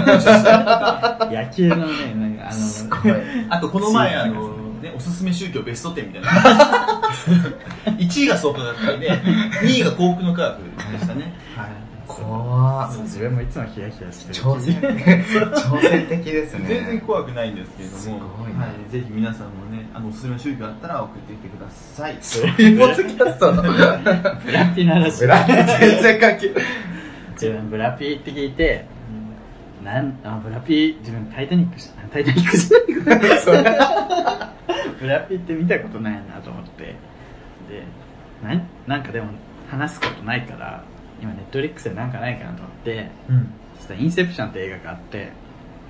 ら 野球のね、なんかあすの、ごい。あとこの前あの、ね、おすすめ宗教ベスト10みたいな 1位が創価学会で2位が幸福の科学でしたね、はい怖そうっ自分もいつもヒヤヒヤしてる挑戦挑戦的ですね全然怖くないんですけれどもすごいなはい、ぜひ皆さんもねあのおすすめの宗教あったら送ってきてくださいそうピポツキャストのブラピの話ブラ全然関係ない自分ブラピって聞いてなんあブラピ自分タイタニックじゃないタイタニックじゃないブラピって見たことないなと思ってでなんなんかでも話すことないから今ネットリックスでなんかないかなと思ってうんそしたら「インセプション」って映画があって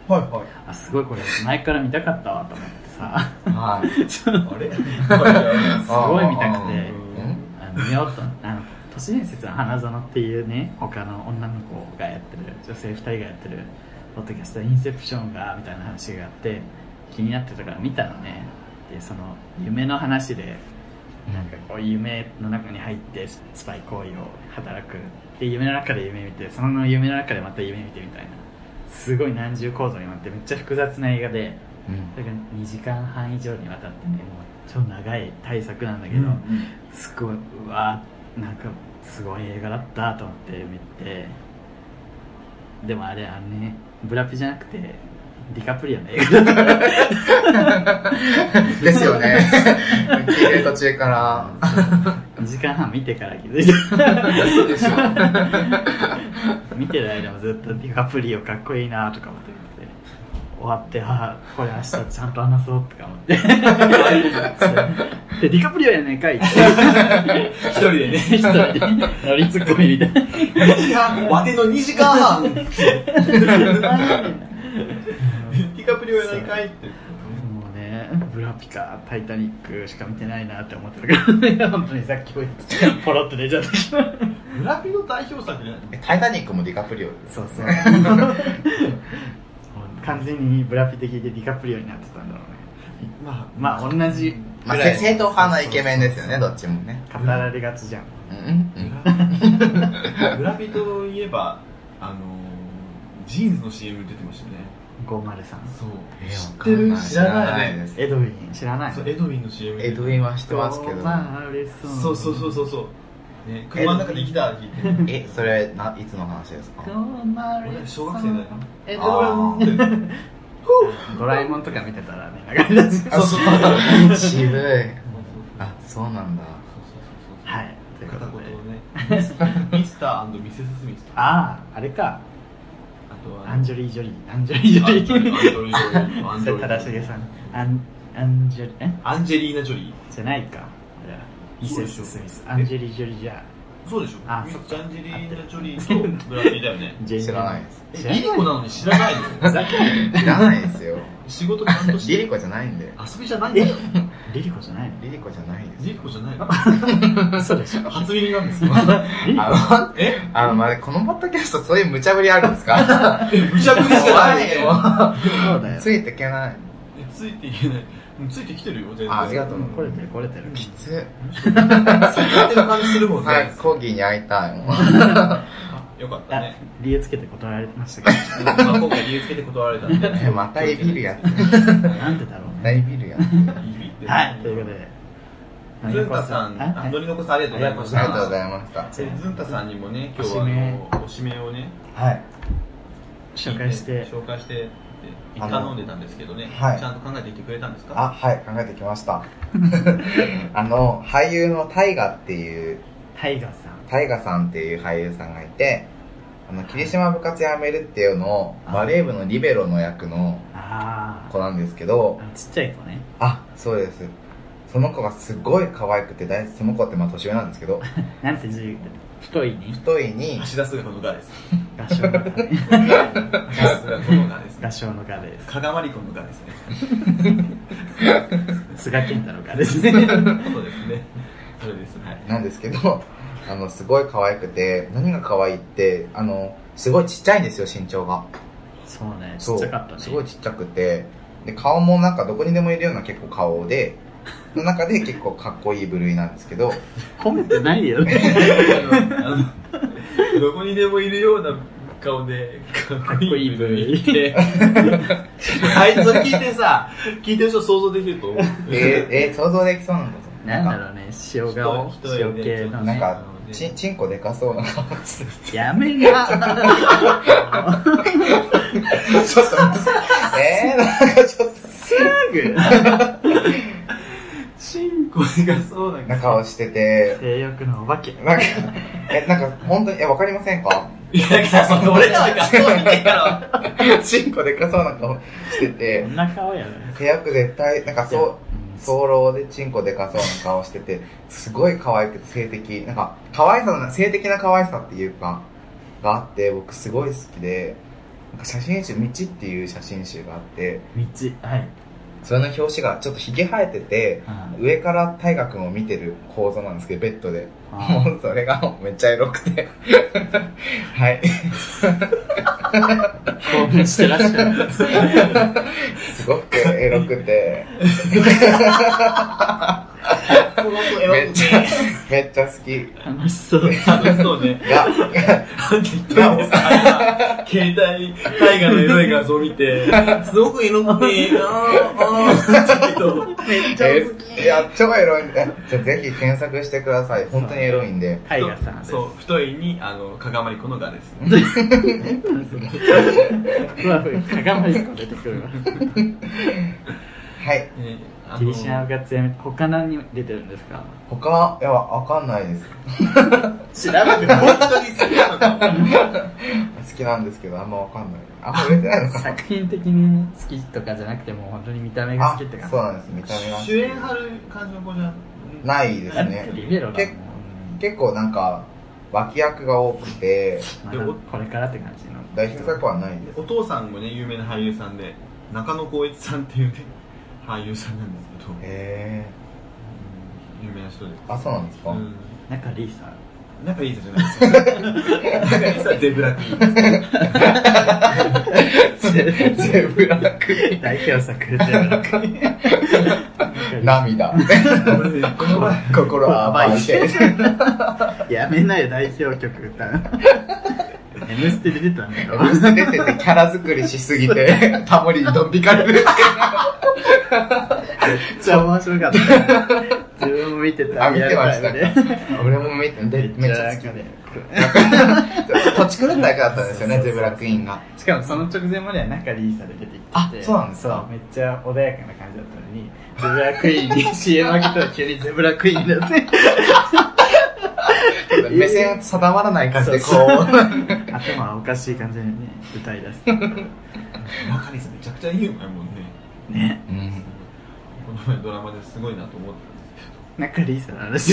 はいはいあすごいこれ前から見たかったわと思ってさは いちょっとあれすごい見たくてうんあの見ようとあの都市伝説の花園っていうね他の女の子がやってる女性2人がやってるポッドキャスト「インセプションが」みたいな話があって気になってたから見たのねでその夢の話でなんかこう夢の中に入ってスパイ行為を働くで夢の中で夢見てその夢の中でまた夢見てみたいなすごい何重構造になってめっちゃ複雑な映画でうんだから2時間半以上にわたってねもう超長い大作なんだけど、すごいうわなんかすごい映画だったと思って見てでもあれあのねブラピじゃなくてディカプリオの映画だっですよね聞いてる途中からた2時間半見てから気づいそうでしょた見てる間もずっとディカプリオかっこいいなとか思って見てて終わってあーこれ明日ちゃんと話そうとか思ってそうでディカプリオやねんかいって 一人でね一人で乗りツッコミみたいな2時間わての2時間 半ディカプリオやないかいってもうね、ブラピか、タイタニックしか見てないなって思ってたからね、 本当にさっきも言ってポロッと出ちゃったけどブラピの代表作じゃないえタイタニックもディカプリオ そうそう。完全にブラピ的でディカプリオになってたんだろうね。ままあ、同じまあぐらいせ正統派のイケメンですよねどっちもね語られがちじゃん。うんうんあブラピといえばあのジーンズの CM 出てましたよね503。そう知知ってる知らないですエドウィン、知らない。そうエドウィンの CM エドウィンは知ってますけどそうそうそううそうそう、ね、車の中でギター弾いてるえそれないつの話ですか俺小学生だよエドウィンあ俺もドラえもんとか見てたら ね、流れ出す。そうそうそうそうー渋いあそうなんだははいい。というこ片と言で。をねミ スミスターミセス・スミスとあああ、あれか。とはアンジェリー・ジョリー。アンジェリー・ジアンジョェリリーー。アンそジェれ、 リーただしげさん。アン、アンジェリー、えアンジェリーナ・ジョリーじゃないか。あれはミそうセでしょス・スミス。アンジェリー・ジョリーじゃ、そうでしょあミそっスかアンジェリーナ・ジョリーとブラピだよ ねジェイ知らないですえ知らないリリコなのに知ら ないのざけんな知らないで すよ仕事ちゃんとしリてリコじゃないんで遊びじゃないんだよリリコじゃないリリコじゃないですリリコじゃないののそうでしょ。初耳なん ですかリリコあのえあのまあこのポッドキャストそういう無茶ぶりあるんですかむちゃくちゃじゃないよ怖そうだいよよ。ついていけないえついていけないうんついてきてるよ全然あありがとうこれてる、これてる。きつ先やってる感じするもんね、はいコーギーに会いたいもんよ かったあね、理由つけて断られましたけまあ、今回理由つけて断られたんでえ またエビールやって ど、なんでだろう大ね。ビールやってはい、ということで。ズンタさん、あはあいのりのこさんありがとうございましありがとうたご。ざいましたえズンタさんにもね、今日はあのおしめをね、はい紹介して、紹介してってあの頼んでたんですけどね、はいちゃんと考えてきてくれたんですかあはい考えてきました あの俳優のタイガっていうタイガさん。タイガさんっていう俳優さんがいてあの霧島部活やめるっていうのをあバレー部のリベロの役のあ子なんですけどあ、ちっちゃい子ね。あそうですその子がすごい可愛くて大好きその子ってまあ年上なんですけどなんて字太いね。太いに橋田姿のがです。合唱の歌ね。 橋田姿のがですね合。唱の歌で 加賀まりこのがですね。す。菅健太の歌 ですね。そうですね。それです。はい。なんですけど あのすごい可愛くて何が可愛いってあのすごいちっちゃいんですよ身長がそうね、ちそうっちゃかったね。すごいちっちゃくてで顔もなんかどこにでもいるような結構顔 での中で結構かっこいい部類なんですけど褒めてないよ ね。あのどこにでもいるような顔でかっこいい部分ってあいつを聞いてさ聞いてる人想像できると思うえーえー想像できそうなんだなんだろうね、塩顔、人人塩系のなんね。かちん、ちんこでかそうな顔 してる。やめなちょっと、えー、なんかちょっすぐチンコがそうだと、けなど顔してて、 性欲のお化けなんか、え、なんか、本当に、え、わかりませ んかいやその俺らがそう見てからチンコでかそうな顔してこてん、な顔やね部屋絶対、なんかそう、う早漏でチンコでかそうな顔してて、すごい可愛くて性的、なんか、可愛さの、性的な可愛さっていうか、があって、僕すごい好きで、なんか写真集、道っていう写真集があって、ん道はいそれの表紙がちょっとひげ生えてて、うん上から大河君を見てる構造なんですけど、ベッドで。あもうそれがめっちゃエロくて。 はい。ー興奮してらっしゃ るすごくエロくて、めっちゃ、めっちゃ好き。楽しそう楽しそうねが、適当にさ携帯大河のエロい画像見てすごくエロくてあーあーって言うけどえいや、超エロいんで、 じゃあぜひ検索してください。本当にエロいんで。タイガさんですそう太いにあのかがまりこのがですふわふわかがまりこ出てくるわはい。えーあギのリシャ部活やめ他何に出てるんですか他、いや、わかんないです。知らなく本当に好きなのか好きなんですけど、あんまわかんない。あんま売れてない のか 作品的に好きとかじゃなくてもう本当に見た目があ好きって、感じそうなんです。見た目が。主演張る感じの子じゃないですね。リベロだもん結構なんか、脇役が多くて、まだこれからって感じの代表作はないです。お父さんもね有名な俳優さんで中野光一さんっていうね俳優さんなんですけど、へうん有名な人でー。あ、そうなんですか、うん中リ ーさん仲いい人じゃないですよ仲いい人はゼブラクイーンゼブラクイーン代表作ゼブラクイーン 涙。これねこの前心は甘い て。やめなよ代表曲歌 う「M ステ」で出たんだよ出ててキャラ作りしすぎ て、タモリにドン引かれる。めっちゃ面白かったよ自分も見てたあ、見てましたリアルタイムでか。俺も見て、でめめっっちちゃゃ好好ききでで。土地狂った役だったんですよね、そうそうゼそうブラクイーンが。しかもその直前までは仲リーサで出てきててあそうなんですかそうめっちゃ穏やかな感じだったのにゼブラクイーンに CM 開けたら急にゼブラクイーンになって目線定まらない感じで、こそうう。頭はおかしい感じでね歌い出す中西さんめちゃくちゃいいよねもんねねうんこの前ドラマですごいなと思って仲リーサの話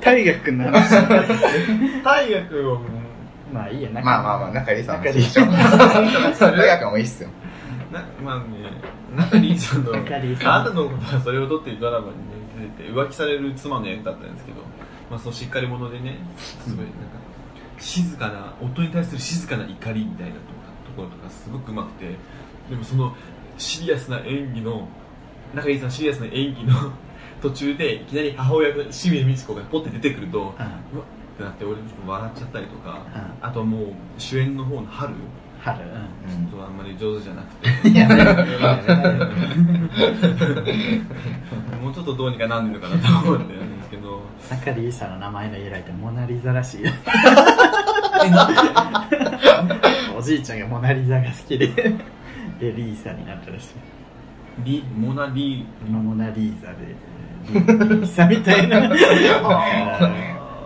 大河君の話大河君をも うまあいいや仲まあまあまあ、中里さんの中里師匠。それやかもいいっすよ。なまあね中西さんのあ中西さんなたのことはそれを撮ってるドラマにね出てて浮気される妻の役だったんですけどまあそうしっかり者でねすごいなんか静かな夫に対する静かな怒りみたいなとこところとかすごくうまくてでもそのシリアスな演技の中西さんシリアスな演技の 途中でいきなり母親の清水美智子がポッて出てくると、うんうわってなって俺ちょっと笑っちゃったりとか、うあともう主演の方の春春ちょっとあんまり上手じゃなくてうんやめろやめろもうちょっとどうにかなんねえのかなと思ってるんですけど中里さんの名前の由来ってモナリザらしいよおじいちゃんがモナリザが好きででリーサになったらしいリモナリモナリーザでリーサみたいな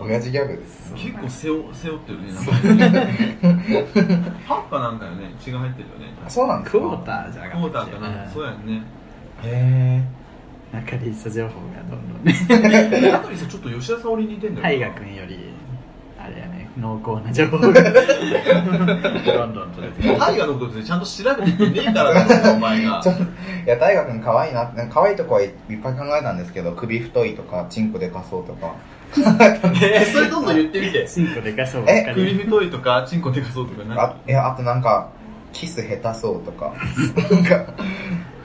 親父ギャグです。結構背負背負ってるねなんかねパッパなんかよね血が入ってるよねそうなんですクかォーターじゃなクかォーっタたっーけかな、んそうやんねへ中里さ情報がどんどんね中西さんちょっと吉田沙保里に似てんだ大よ河な君よりあれやね濃厚な情報がどんどん取れてくる大河のことでちゃんと調べてねえからだよお前 がー。いや、大河君可愛いなって、なんか可愛いとこはいっぱい考えたんですけど、首太いとか、チンコでかそうとか。えそれどんどん言ってみてチンコでかそうばっか首り太いとかチンコでかそうとかなんあかいや、あとなんか、キス下手そうとか。なんか、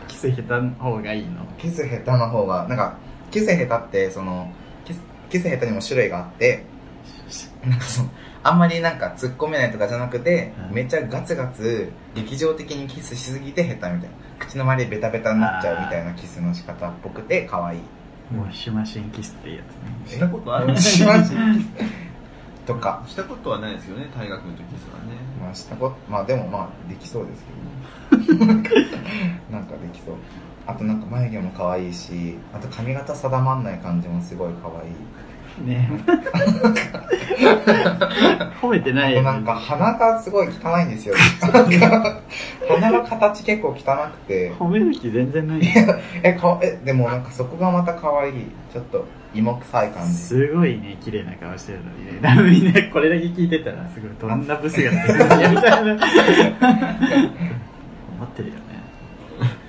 キス下手の方がいいのキス下手の方が、なんか、キス下手って、その、キスキス下手にも種類があ って、なんかその、あんまりなんか突っ込めないとかじゃなくて、うんめっちゃガツガツ、劇場的にキスしすぎて下手みたいな。口の周りベタベタになっちゃうみたいなキスの仕方っぽくて、可愛い。ウォッシュマシンキスっていうやつねしたことあるし ましとか、したことはないですよね大学の時ですからねまあ、したことまあでもまあできそうです けどなんかできそうあとなんか眉毛も可愛いしあと髪型定まんない感じもすごい可愛 いね褒めてないよ、あとなんね、か鼻がすごい汚いん ですよなんか鼻の形結構汚くて褒める気全然ないえかえでもなんかそこがまた可愛いちょっと芋臭い感じすごいね綺麗な顔してるのにねみんなこれだけ聞いてたらすごいどんなブスが出てくるん やみたいな思ってるよね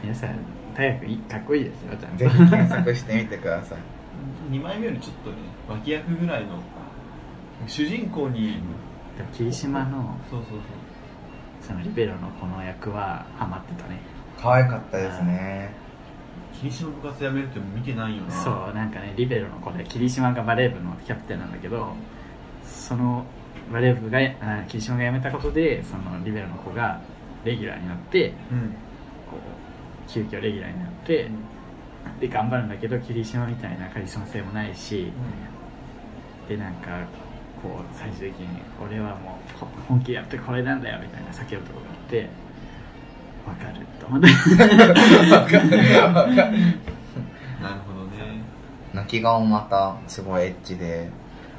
皆さん大学いいかっこいいですよちゃんぜとひ検索してみてください2枚目よりちょっとね脇役ぐらいの主人公にでも霧島のそうそうそそのリベロのこの役はハマってたね可愛かったですねう霧島の部活やめるって見てないよなそうなんかねリベロのこれ霧島がバレー部のキャプテンなんだけどそのバレー部があ霧島が辞めたことでそのリベロの子がレギュラーになってうんこう急遽レギュラーになって、で頑張るんだけど霧島みたいなカリスマ性もないしでなんかこう最終的に「俺はもうほ本気でやってこれなんだよ」みたいな叫ぶとこがあって「わかる」と思ってなるほど ね泣き顔またすごいエッチで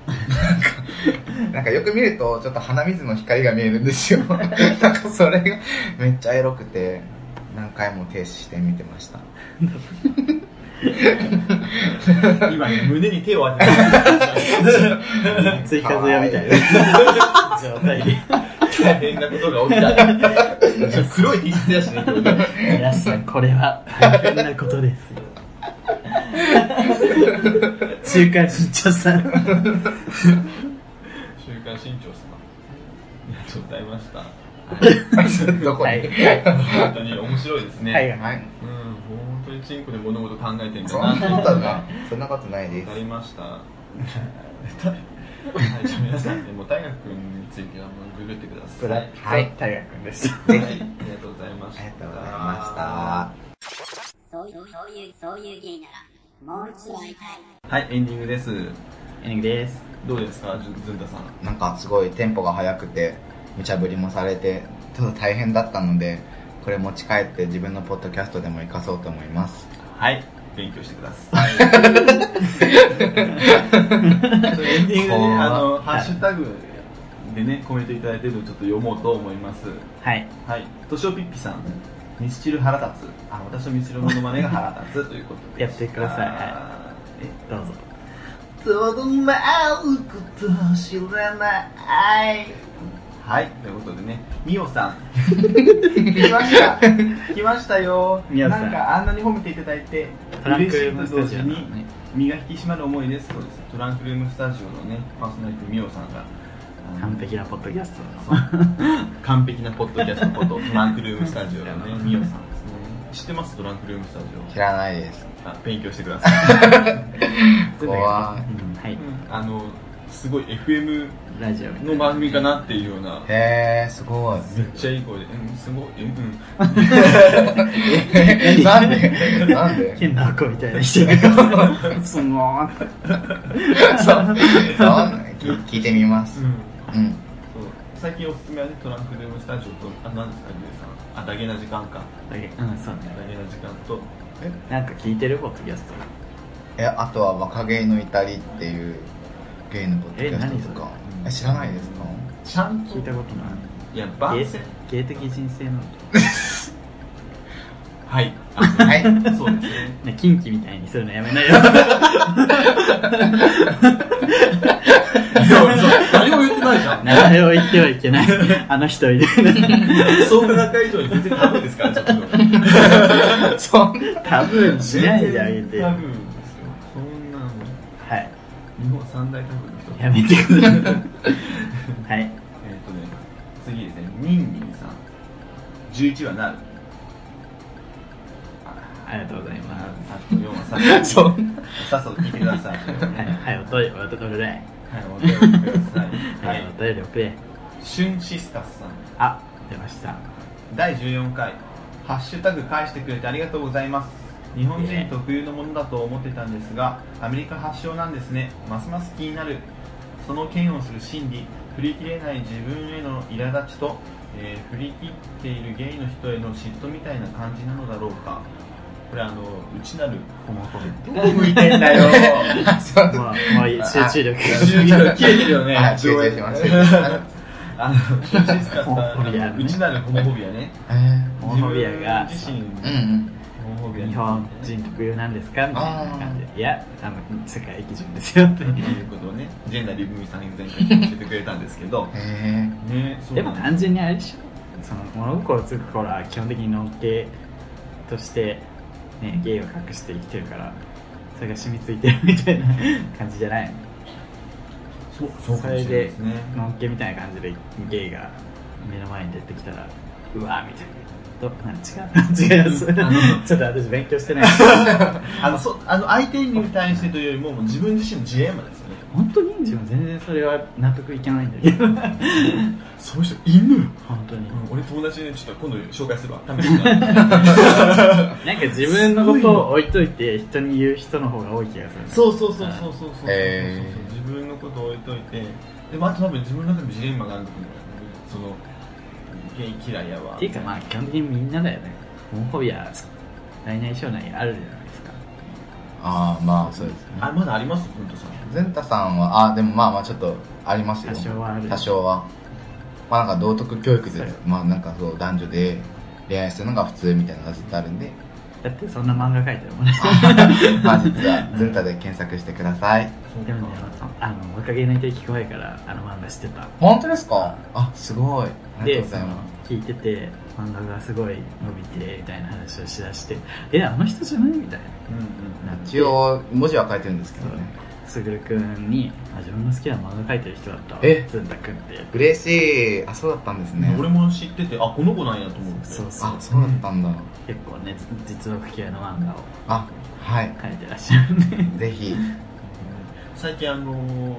なんかなんかよく見るとちょっと鼻水の光が見えるんですよなんかそれがめっちゃエロくて何回も停止して見てま した今ね胸に手を当て て 追加ゼアみたいな状態で大変なことが起きた黒い T シャツやしねこれね皆さんこれは大変なこと ですよ中華人長さん週刊新潮様ありがとうございました どこに、はい本当に面白いですね、はいはういん本当にチンコで物事考えてんそんだななことはなそんなことないでわすかりま した。はい、じゃあ皆さんね、もう大学についてはもうググってください。はい、はい大河君でしたありがとうございましあた。りがとうございまそういう、そういう、そういう芸なら、もう一度会いたい。した。はい、エンディングです。エンディングですどうですか、ずずんたさん。したなんかすごいテンポが速くて無茶ぶりもされてちょっと大変だったのでこれ持ち帰って自分のポッドキャストでも活かそうと思いますはい、勉強してください。 そうエンディングで、ね、あの、ハッシュタグでね、コメントいただいてるのちょっと読もうと思います。はいはい、としおぴっぴさん、ミスチル腹立つ。あ、私のミスチルモノマネが腹立つということでしたやってくださいえどうぞとどまることを知らないはいということでねみおさん来ま した来ましたよみおさんなんかあんなに褒めていただいてトラン嬉クしルーいムとスタ同ジ時オにのね身が引き締まる思いですそうですトランクルームスタジオのねパーソナリティみおさんがあの完璧なポッドキャストそう完璧なポッドキャストことトランクルームスタジオのねみおさんですね知ってますトランクルームスタジ知らないですオあ勉強してください、怖うんいはいうんあのすごい FM ラジオみたいの番組かなっていうようなへえすごい めっちゃいい声で、うん、すごい、うん、なんでなんなで変な箱みたいな 人がすごーそうそう聞聞いてみますうん、うんそう最近おすすめはね、トランクルームスタジオと、あ、なんですか、ゆうさん、あ、ダゲな時間か、うんそうダねゲな時間と、え、なんか聞いてるポッドキャストえあとは若芸の至りっていう芸のポッドキャストとかえ何それえ知らないですかちゃんと、聞いたことないいや、番宣、芸芸的人生のはい、ははいい、そうですね。ねキンキみたいにするのやめなよいや、誰も言ってないじゃん。名前を言ってはいけないあの人みたいな総科学会以上に全然タブーですから、ちょっと。そん多分しないであげてタはブーですよ。そんなの、い日本三大タブーの人。やめてくださ いはいえっ、とね、次ですね、ミンミンさん。11はなる。ありがとうございますあと4はさっそさんっさと聞いてください。はい、はい、はい、おとい、おところで。はい、お便りください。ははいい、お、便りをくれ。シュンシスタスさん。あ、出ました。第14回、ハッシュタグ返してくれてありがとうございます。日本人特有のものだと思ってたんですがアメリカ発祥なんですねますます気になるその嫌悪する心理振り切れない自分への苛立ちと、えー振り切っているゲイの人への嫉妬みたいな感じなのだろうかこれあの内なるホモコメント向いてんだよそうまあ、まあいい、集中力。集中力切れてるよねはい集中しましたあの気をつけてくだホモフォビさアいね内なるホモフォビアねえーホモフォビアが自分自身うんうんホモフォビア日本人特有なんですかみたいな感じあで。いや、あの、世界基準ですよって。ということをねジェンダーリブミさんが前回教えてくれたんですけどえーねそうでも単純にあれでしょ。その物心つく頃は基本的にのっけとして、ね、ゲイを隠して生きてるから、それが染みついてるみたいな感じじゃないそうそうかもしれないですねのんけみたいな感じでゲイが目の前に出てきたらうわーみたいなどなん違 う違いますあのちょっと私勉 強してないあのそあの相手に対してというよりももう自分自身のジレンマですよね本当に自分全然それは納得いかないんだけどその人犬、うん、本当に俺友達にちょっと今度紹介するわ試してみたなんか自分のことを置いといて人に言う人の方が多い気がするそうそうそうそうそうそうそう、えー自分のことを置いといてでもあと多分自分の中でジレンマがあると思うんだよねそのゲイ嫌いやわっていうかまあ基本的にみんなだよねホモフォビア内々障内あるじゃないですかああまあそうですねあまだありますふんとさんズンタさんはあでもまあまあちょっとありますよ多少はある多少はまあなんか道徳教育でまあなんかそう男女で恋愛するのが普通みたいなのがずっとあるんでだってそんな漫画描いてるもんねまあ実はズンタで検索してくださいでもねあの若気の至り聞こえからあの漫画知ってた本当ですかあすごいありでがとうごそざいのます聞いてて漫画がすごい伸びてみたいな話をしだしてえあの人じゃないみたいうんうんななって一応文字は書いてるんですけそどうねすぐるくんにあ自分の好きな漫画描いてる人だったわえずんたくんって嬉しいあそうだったんですね俺も知っててあこの子なんやと思ってそうそうあそうだったんだ結構ね実力系の漫画をあ はい描いてらっしゃるんでぜひ最近あのー、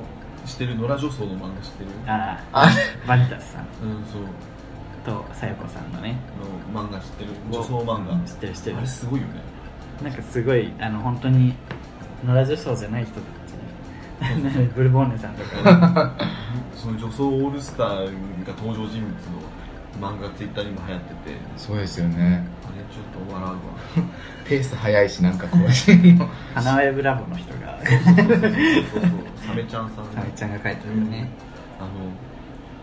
してる野良女装の漫画知ってるあああバニタスさんうんそうとさやこさんのねの漫画知ってる女装漫画知ってる知ってるあれすごいよ ねなんかすごいあの本当に野良女装じゃない人たちねブルボンヌさんとかその女装オールスターが登場人物の漫画ツイッターにも流行っててそうですよねあれちょっと笑うわペース早いしなんか更新の花ウェブラボの人が そうそうそうそうサメちゃんさんサメちゃんが描いてるよねあの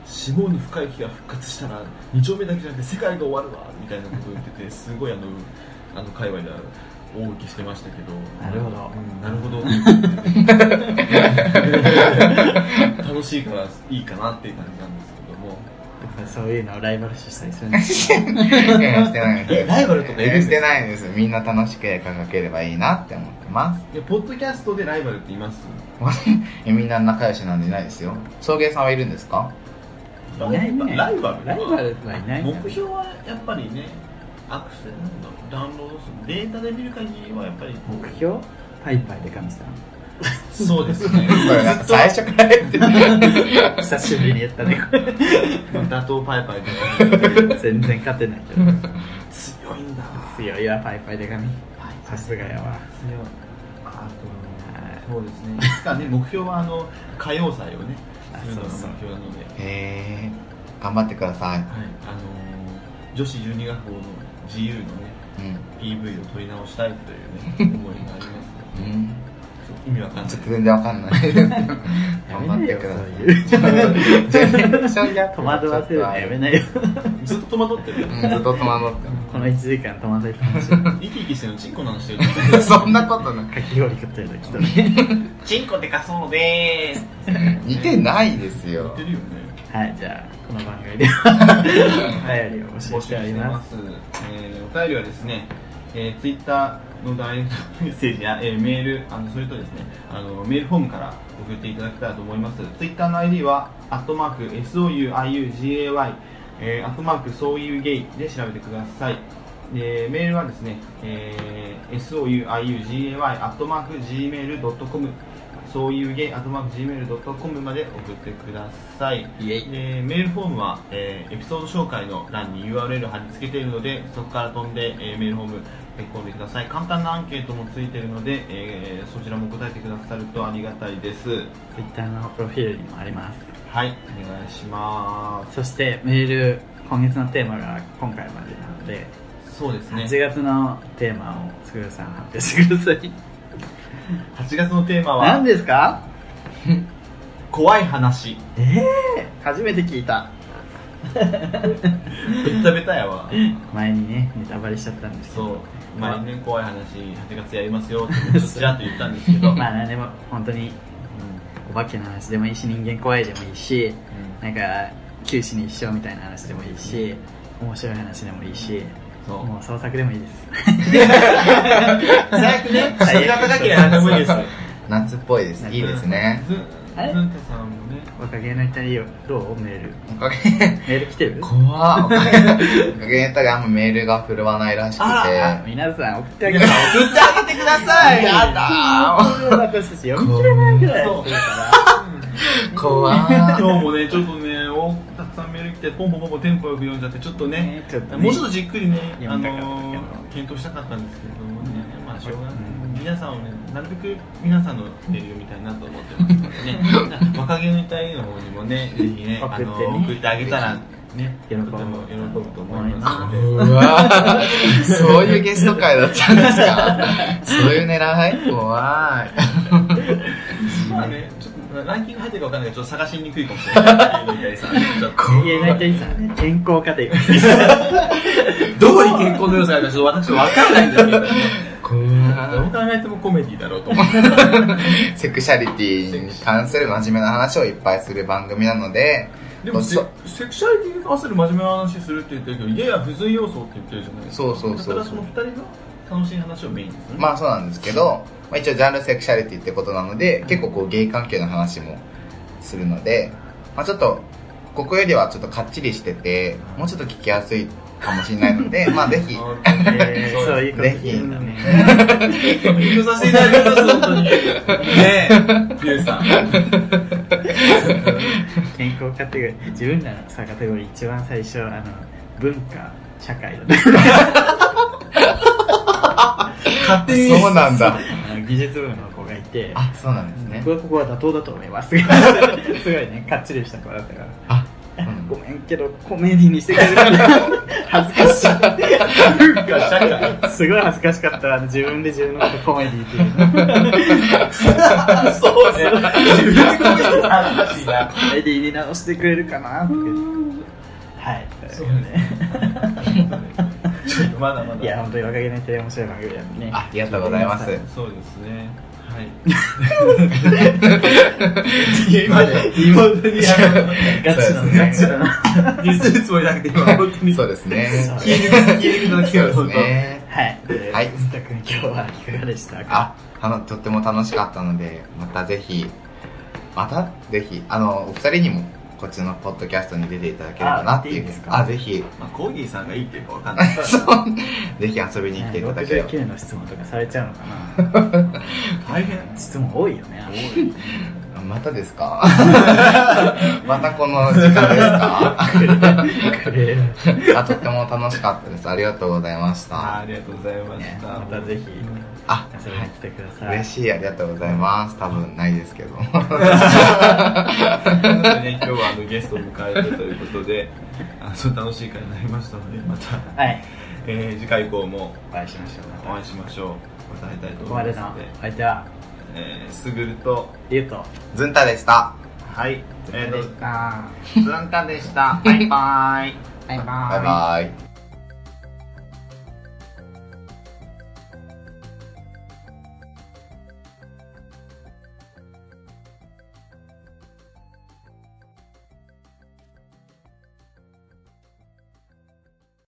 死亡に深い日が復活したら2丁目だけじゃなくて世界が終わるわみたいなことを言っててすごいあのあの界隈では大受けしてましたけどなるほどうんなるほど楽しいからいいかなっていう感じなんですけどもやっぱりそういうのをライバル視したりするんですかしてないです。ライバルとかいるんですかしてないです。みんな楽しく絵描ければいいなって思ってます。いやポッドキャストでライバルっていますえみんな仲良しなんでいないですよ。送迎さんはいるんですかいないねライバルライバルはいないね目標はやっぱりねアクセスなんだろうダウンロードするデータで見る限りはやっぱり目標パイパイで 神さんそうですねこれなんか最初から言って る。久しぶりにやったねこれ打倒パイパイとか全然勝てないけ強どいんだ強いわパイパイで神さすがや強いわあとそうですねいつかね目標はあの歌謡祭をねあするのが目そうそう標なのではいへー。頑張ってください。あのー女子十二学校の自由のねう PV を撮り直したいというね思いがありますねん。うちん。ょっと意味わかんないちょっと全然わかん ない。頑やめな張っいてよください。そういうジェネレーションギャップ戸惑わせるのやめないよずっと戸惑ってるうんずっと戸惑ってこの1時間戸惑いっぱなし生き生きしてるのチンコなんしてるますそんなことない。かき氷食ってる時とね チンコでかそうのでーす似てないです言っよて。るよねはいじゃあこの番組ではお便りを募募集集ししてておりいまますす、えーお便りはですね、えー、ツイッターのダイレクトメッセージや、えーメールあのそれとですねあのメールフォームから送っていただけたらと思いますツイッターの ID は「アットマーク #souiugay」えー「アットマークそういうゲイ」で調べてくださいでメールはですね、えー、souiugay.gmail.com そういうゲイ .gmail.com まで送ってくださいイエイえーメールフォームは、えーエピソード紹介の欄に URL 貼り付けているのでそこから飛んで、えーメールフォームってこいください簡単なアンケートもついてるので、えーそちらも答えてくださるとありがたいですツイッターのプロフィールにもありますはいお願いしまそしてメール今月のテーマが今回までなので、すそうですね8月のテーマをつぐるさん発表してください8月のテーマ何はですか怖い話ええ初めて聞いたベッタベタや わ前にねネタバレしちゃったんですけどそう毎年怖い話8月やりますよ ってちらっと言ったんですけど、まあ何でも本当にお化けの話でもいいし人間怖いでもいいしうんなんか九死に一生みたいな話でもいいし面白い話でもいいしそうもう創作でもいいです最悪ね最悪新潟だけは何でもいいです夏っぽいです。いいですね。ずずあれんたさんもね若気の至りをどうメールおかげ、メール来てる怖っ。おかげ、おかげやったりあんまメールが振るわないらしくて。ああ皆さん送ってあげた振ってあげてくださいやだ私たち読み切れないぐらいそうするからー怖今日もねちょっとねおたくさんメール来てポンポンポンポンテンポよく読んじゃってちょっとねねちょっとねもうちょっとじっくりね読あみたかったけどのー検討したかったんですけれどもねまあしょうがないうん皆さんをねなるべく皆さんのメール読みたいなと思ってますのでね若気の至りの方にもねぜひね送っあてねのー送ってあげたらね喜とてぶも喜ぶと思いますのでうわーそういうゲスト会だったんですか そういう狙い怖い。まあね、ちょっとランキング入ってるかわかんないけど、ちょっと探しにくいかもしれない。ゆうりさんちょっと言えないといいさね健康家庭どこに健康の良さがあるか、ちょっと私わかんないんですけどね、どう怖考えてもコメディだろうと思って。い。セクシャリティに関する真面目な話をいっぱいする番組なので、でもセそう、セクシャリティに関する真面目な話するって言ってるけど、やや不随要素って言ってるじゃないですか。そうそうそうそうだからその二人の楽しい話をメインにする。まあそうなんですけど、まあ、一応ジャンルセクシャリティってことなので結構こうゲイ関係の話もするので、まあ、ちょっとここよりはちょっとかっちりしててもうちょっと聞きやすいかもしれないのでまあぜひえーそういうこと聞いんだね勉強させていただきます、本当に。ねえ、ゆうりさん。健康カテゴリー自分らのさカテゴリー一番最初あの文化社会だった勝手に。そうなんだあの技術部の子がいてあそうなんですね僕はここは妥当だと思いますすごいねかっちりした子だったからあそうなんだごめんけどコメディにしてくれるんだ恥ずかし文化社会。いすごい恥ずかしかったわ自分で自分のことコメディっていうのそうね。自分でコメディの話だ。コメディに直してくれるかなとか言ってはいそうね。 ちょっとまだまだ。いや本当に若気の至り面白い番組だったねあありがとうございますそうですね。はい。 今ね、今本当に ガチだそうですねねガチだなあの、ディスるつもりなくて、今本当に。そうですねそう消える、消えるのそう聞ですねはいではい藤田君今日はいかがでしたかああのとっても楽しかったのでまたぜひまたぜひあのお二人にもこっちのポッドキャストに出ていただければなっていうあいいですかあぜ ひまあ、コーギーさんがいいっていうかわかんない。ぜひ遊びに来ていただければ69の質問とかされちゃうのかな大変。質問多いよねあまたですか またこの時間ですかこれ あとっても楽しかったですありがとうございましあたありがとうございましねた。またぜひあ遊びに来てください嬉しいありがとうございます多分ないですけど ということでね今日はあのゲストを迎えてということで、あの楽しい会になりましたので、また、はいえー次回以降もお会いしましょうお会いしましょう。また会いたいとここ思まいでますのので、相手はえー、すぐると、ゆうとずんたでしたはい、えーと、たズンタでした。バイバイ。バイババイバイ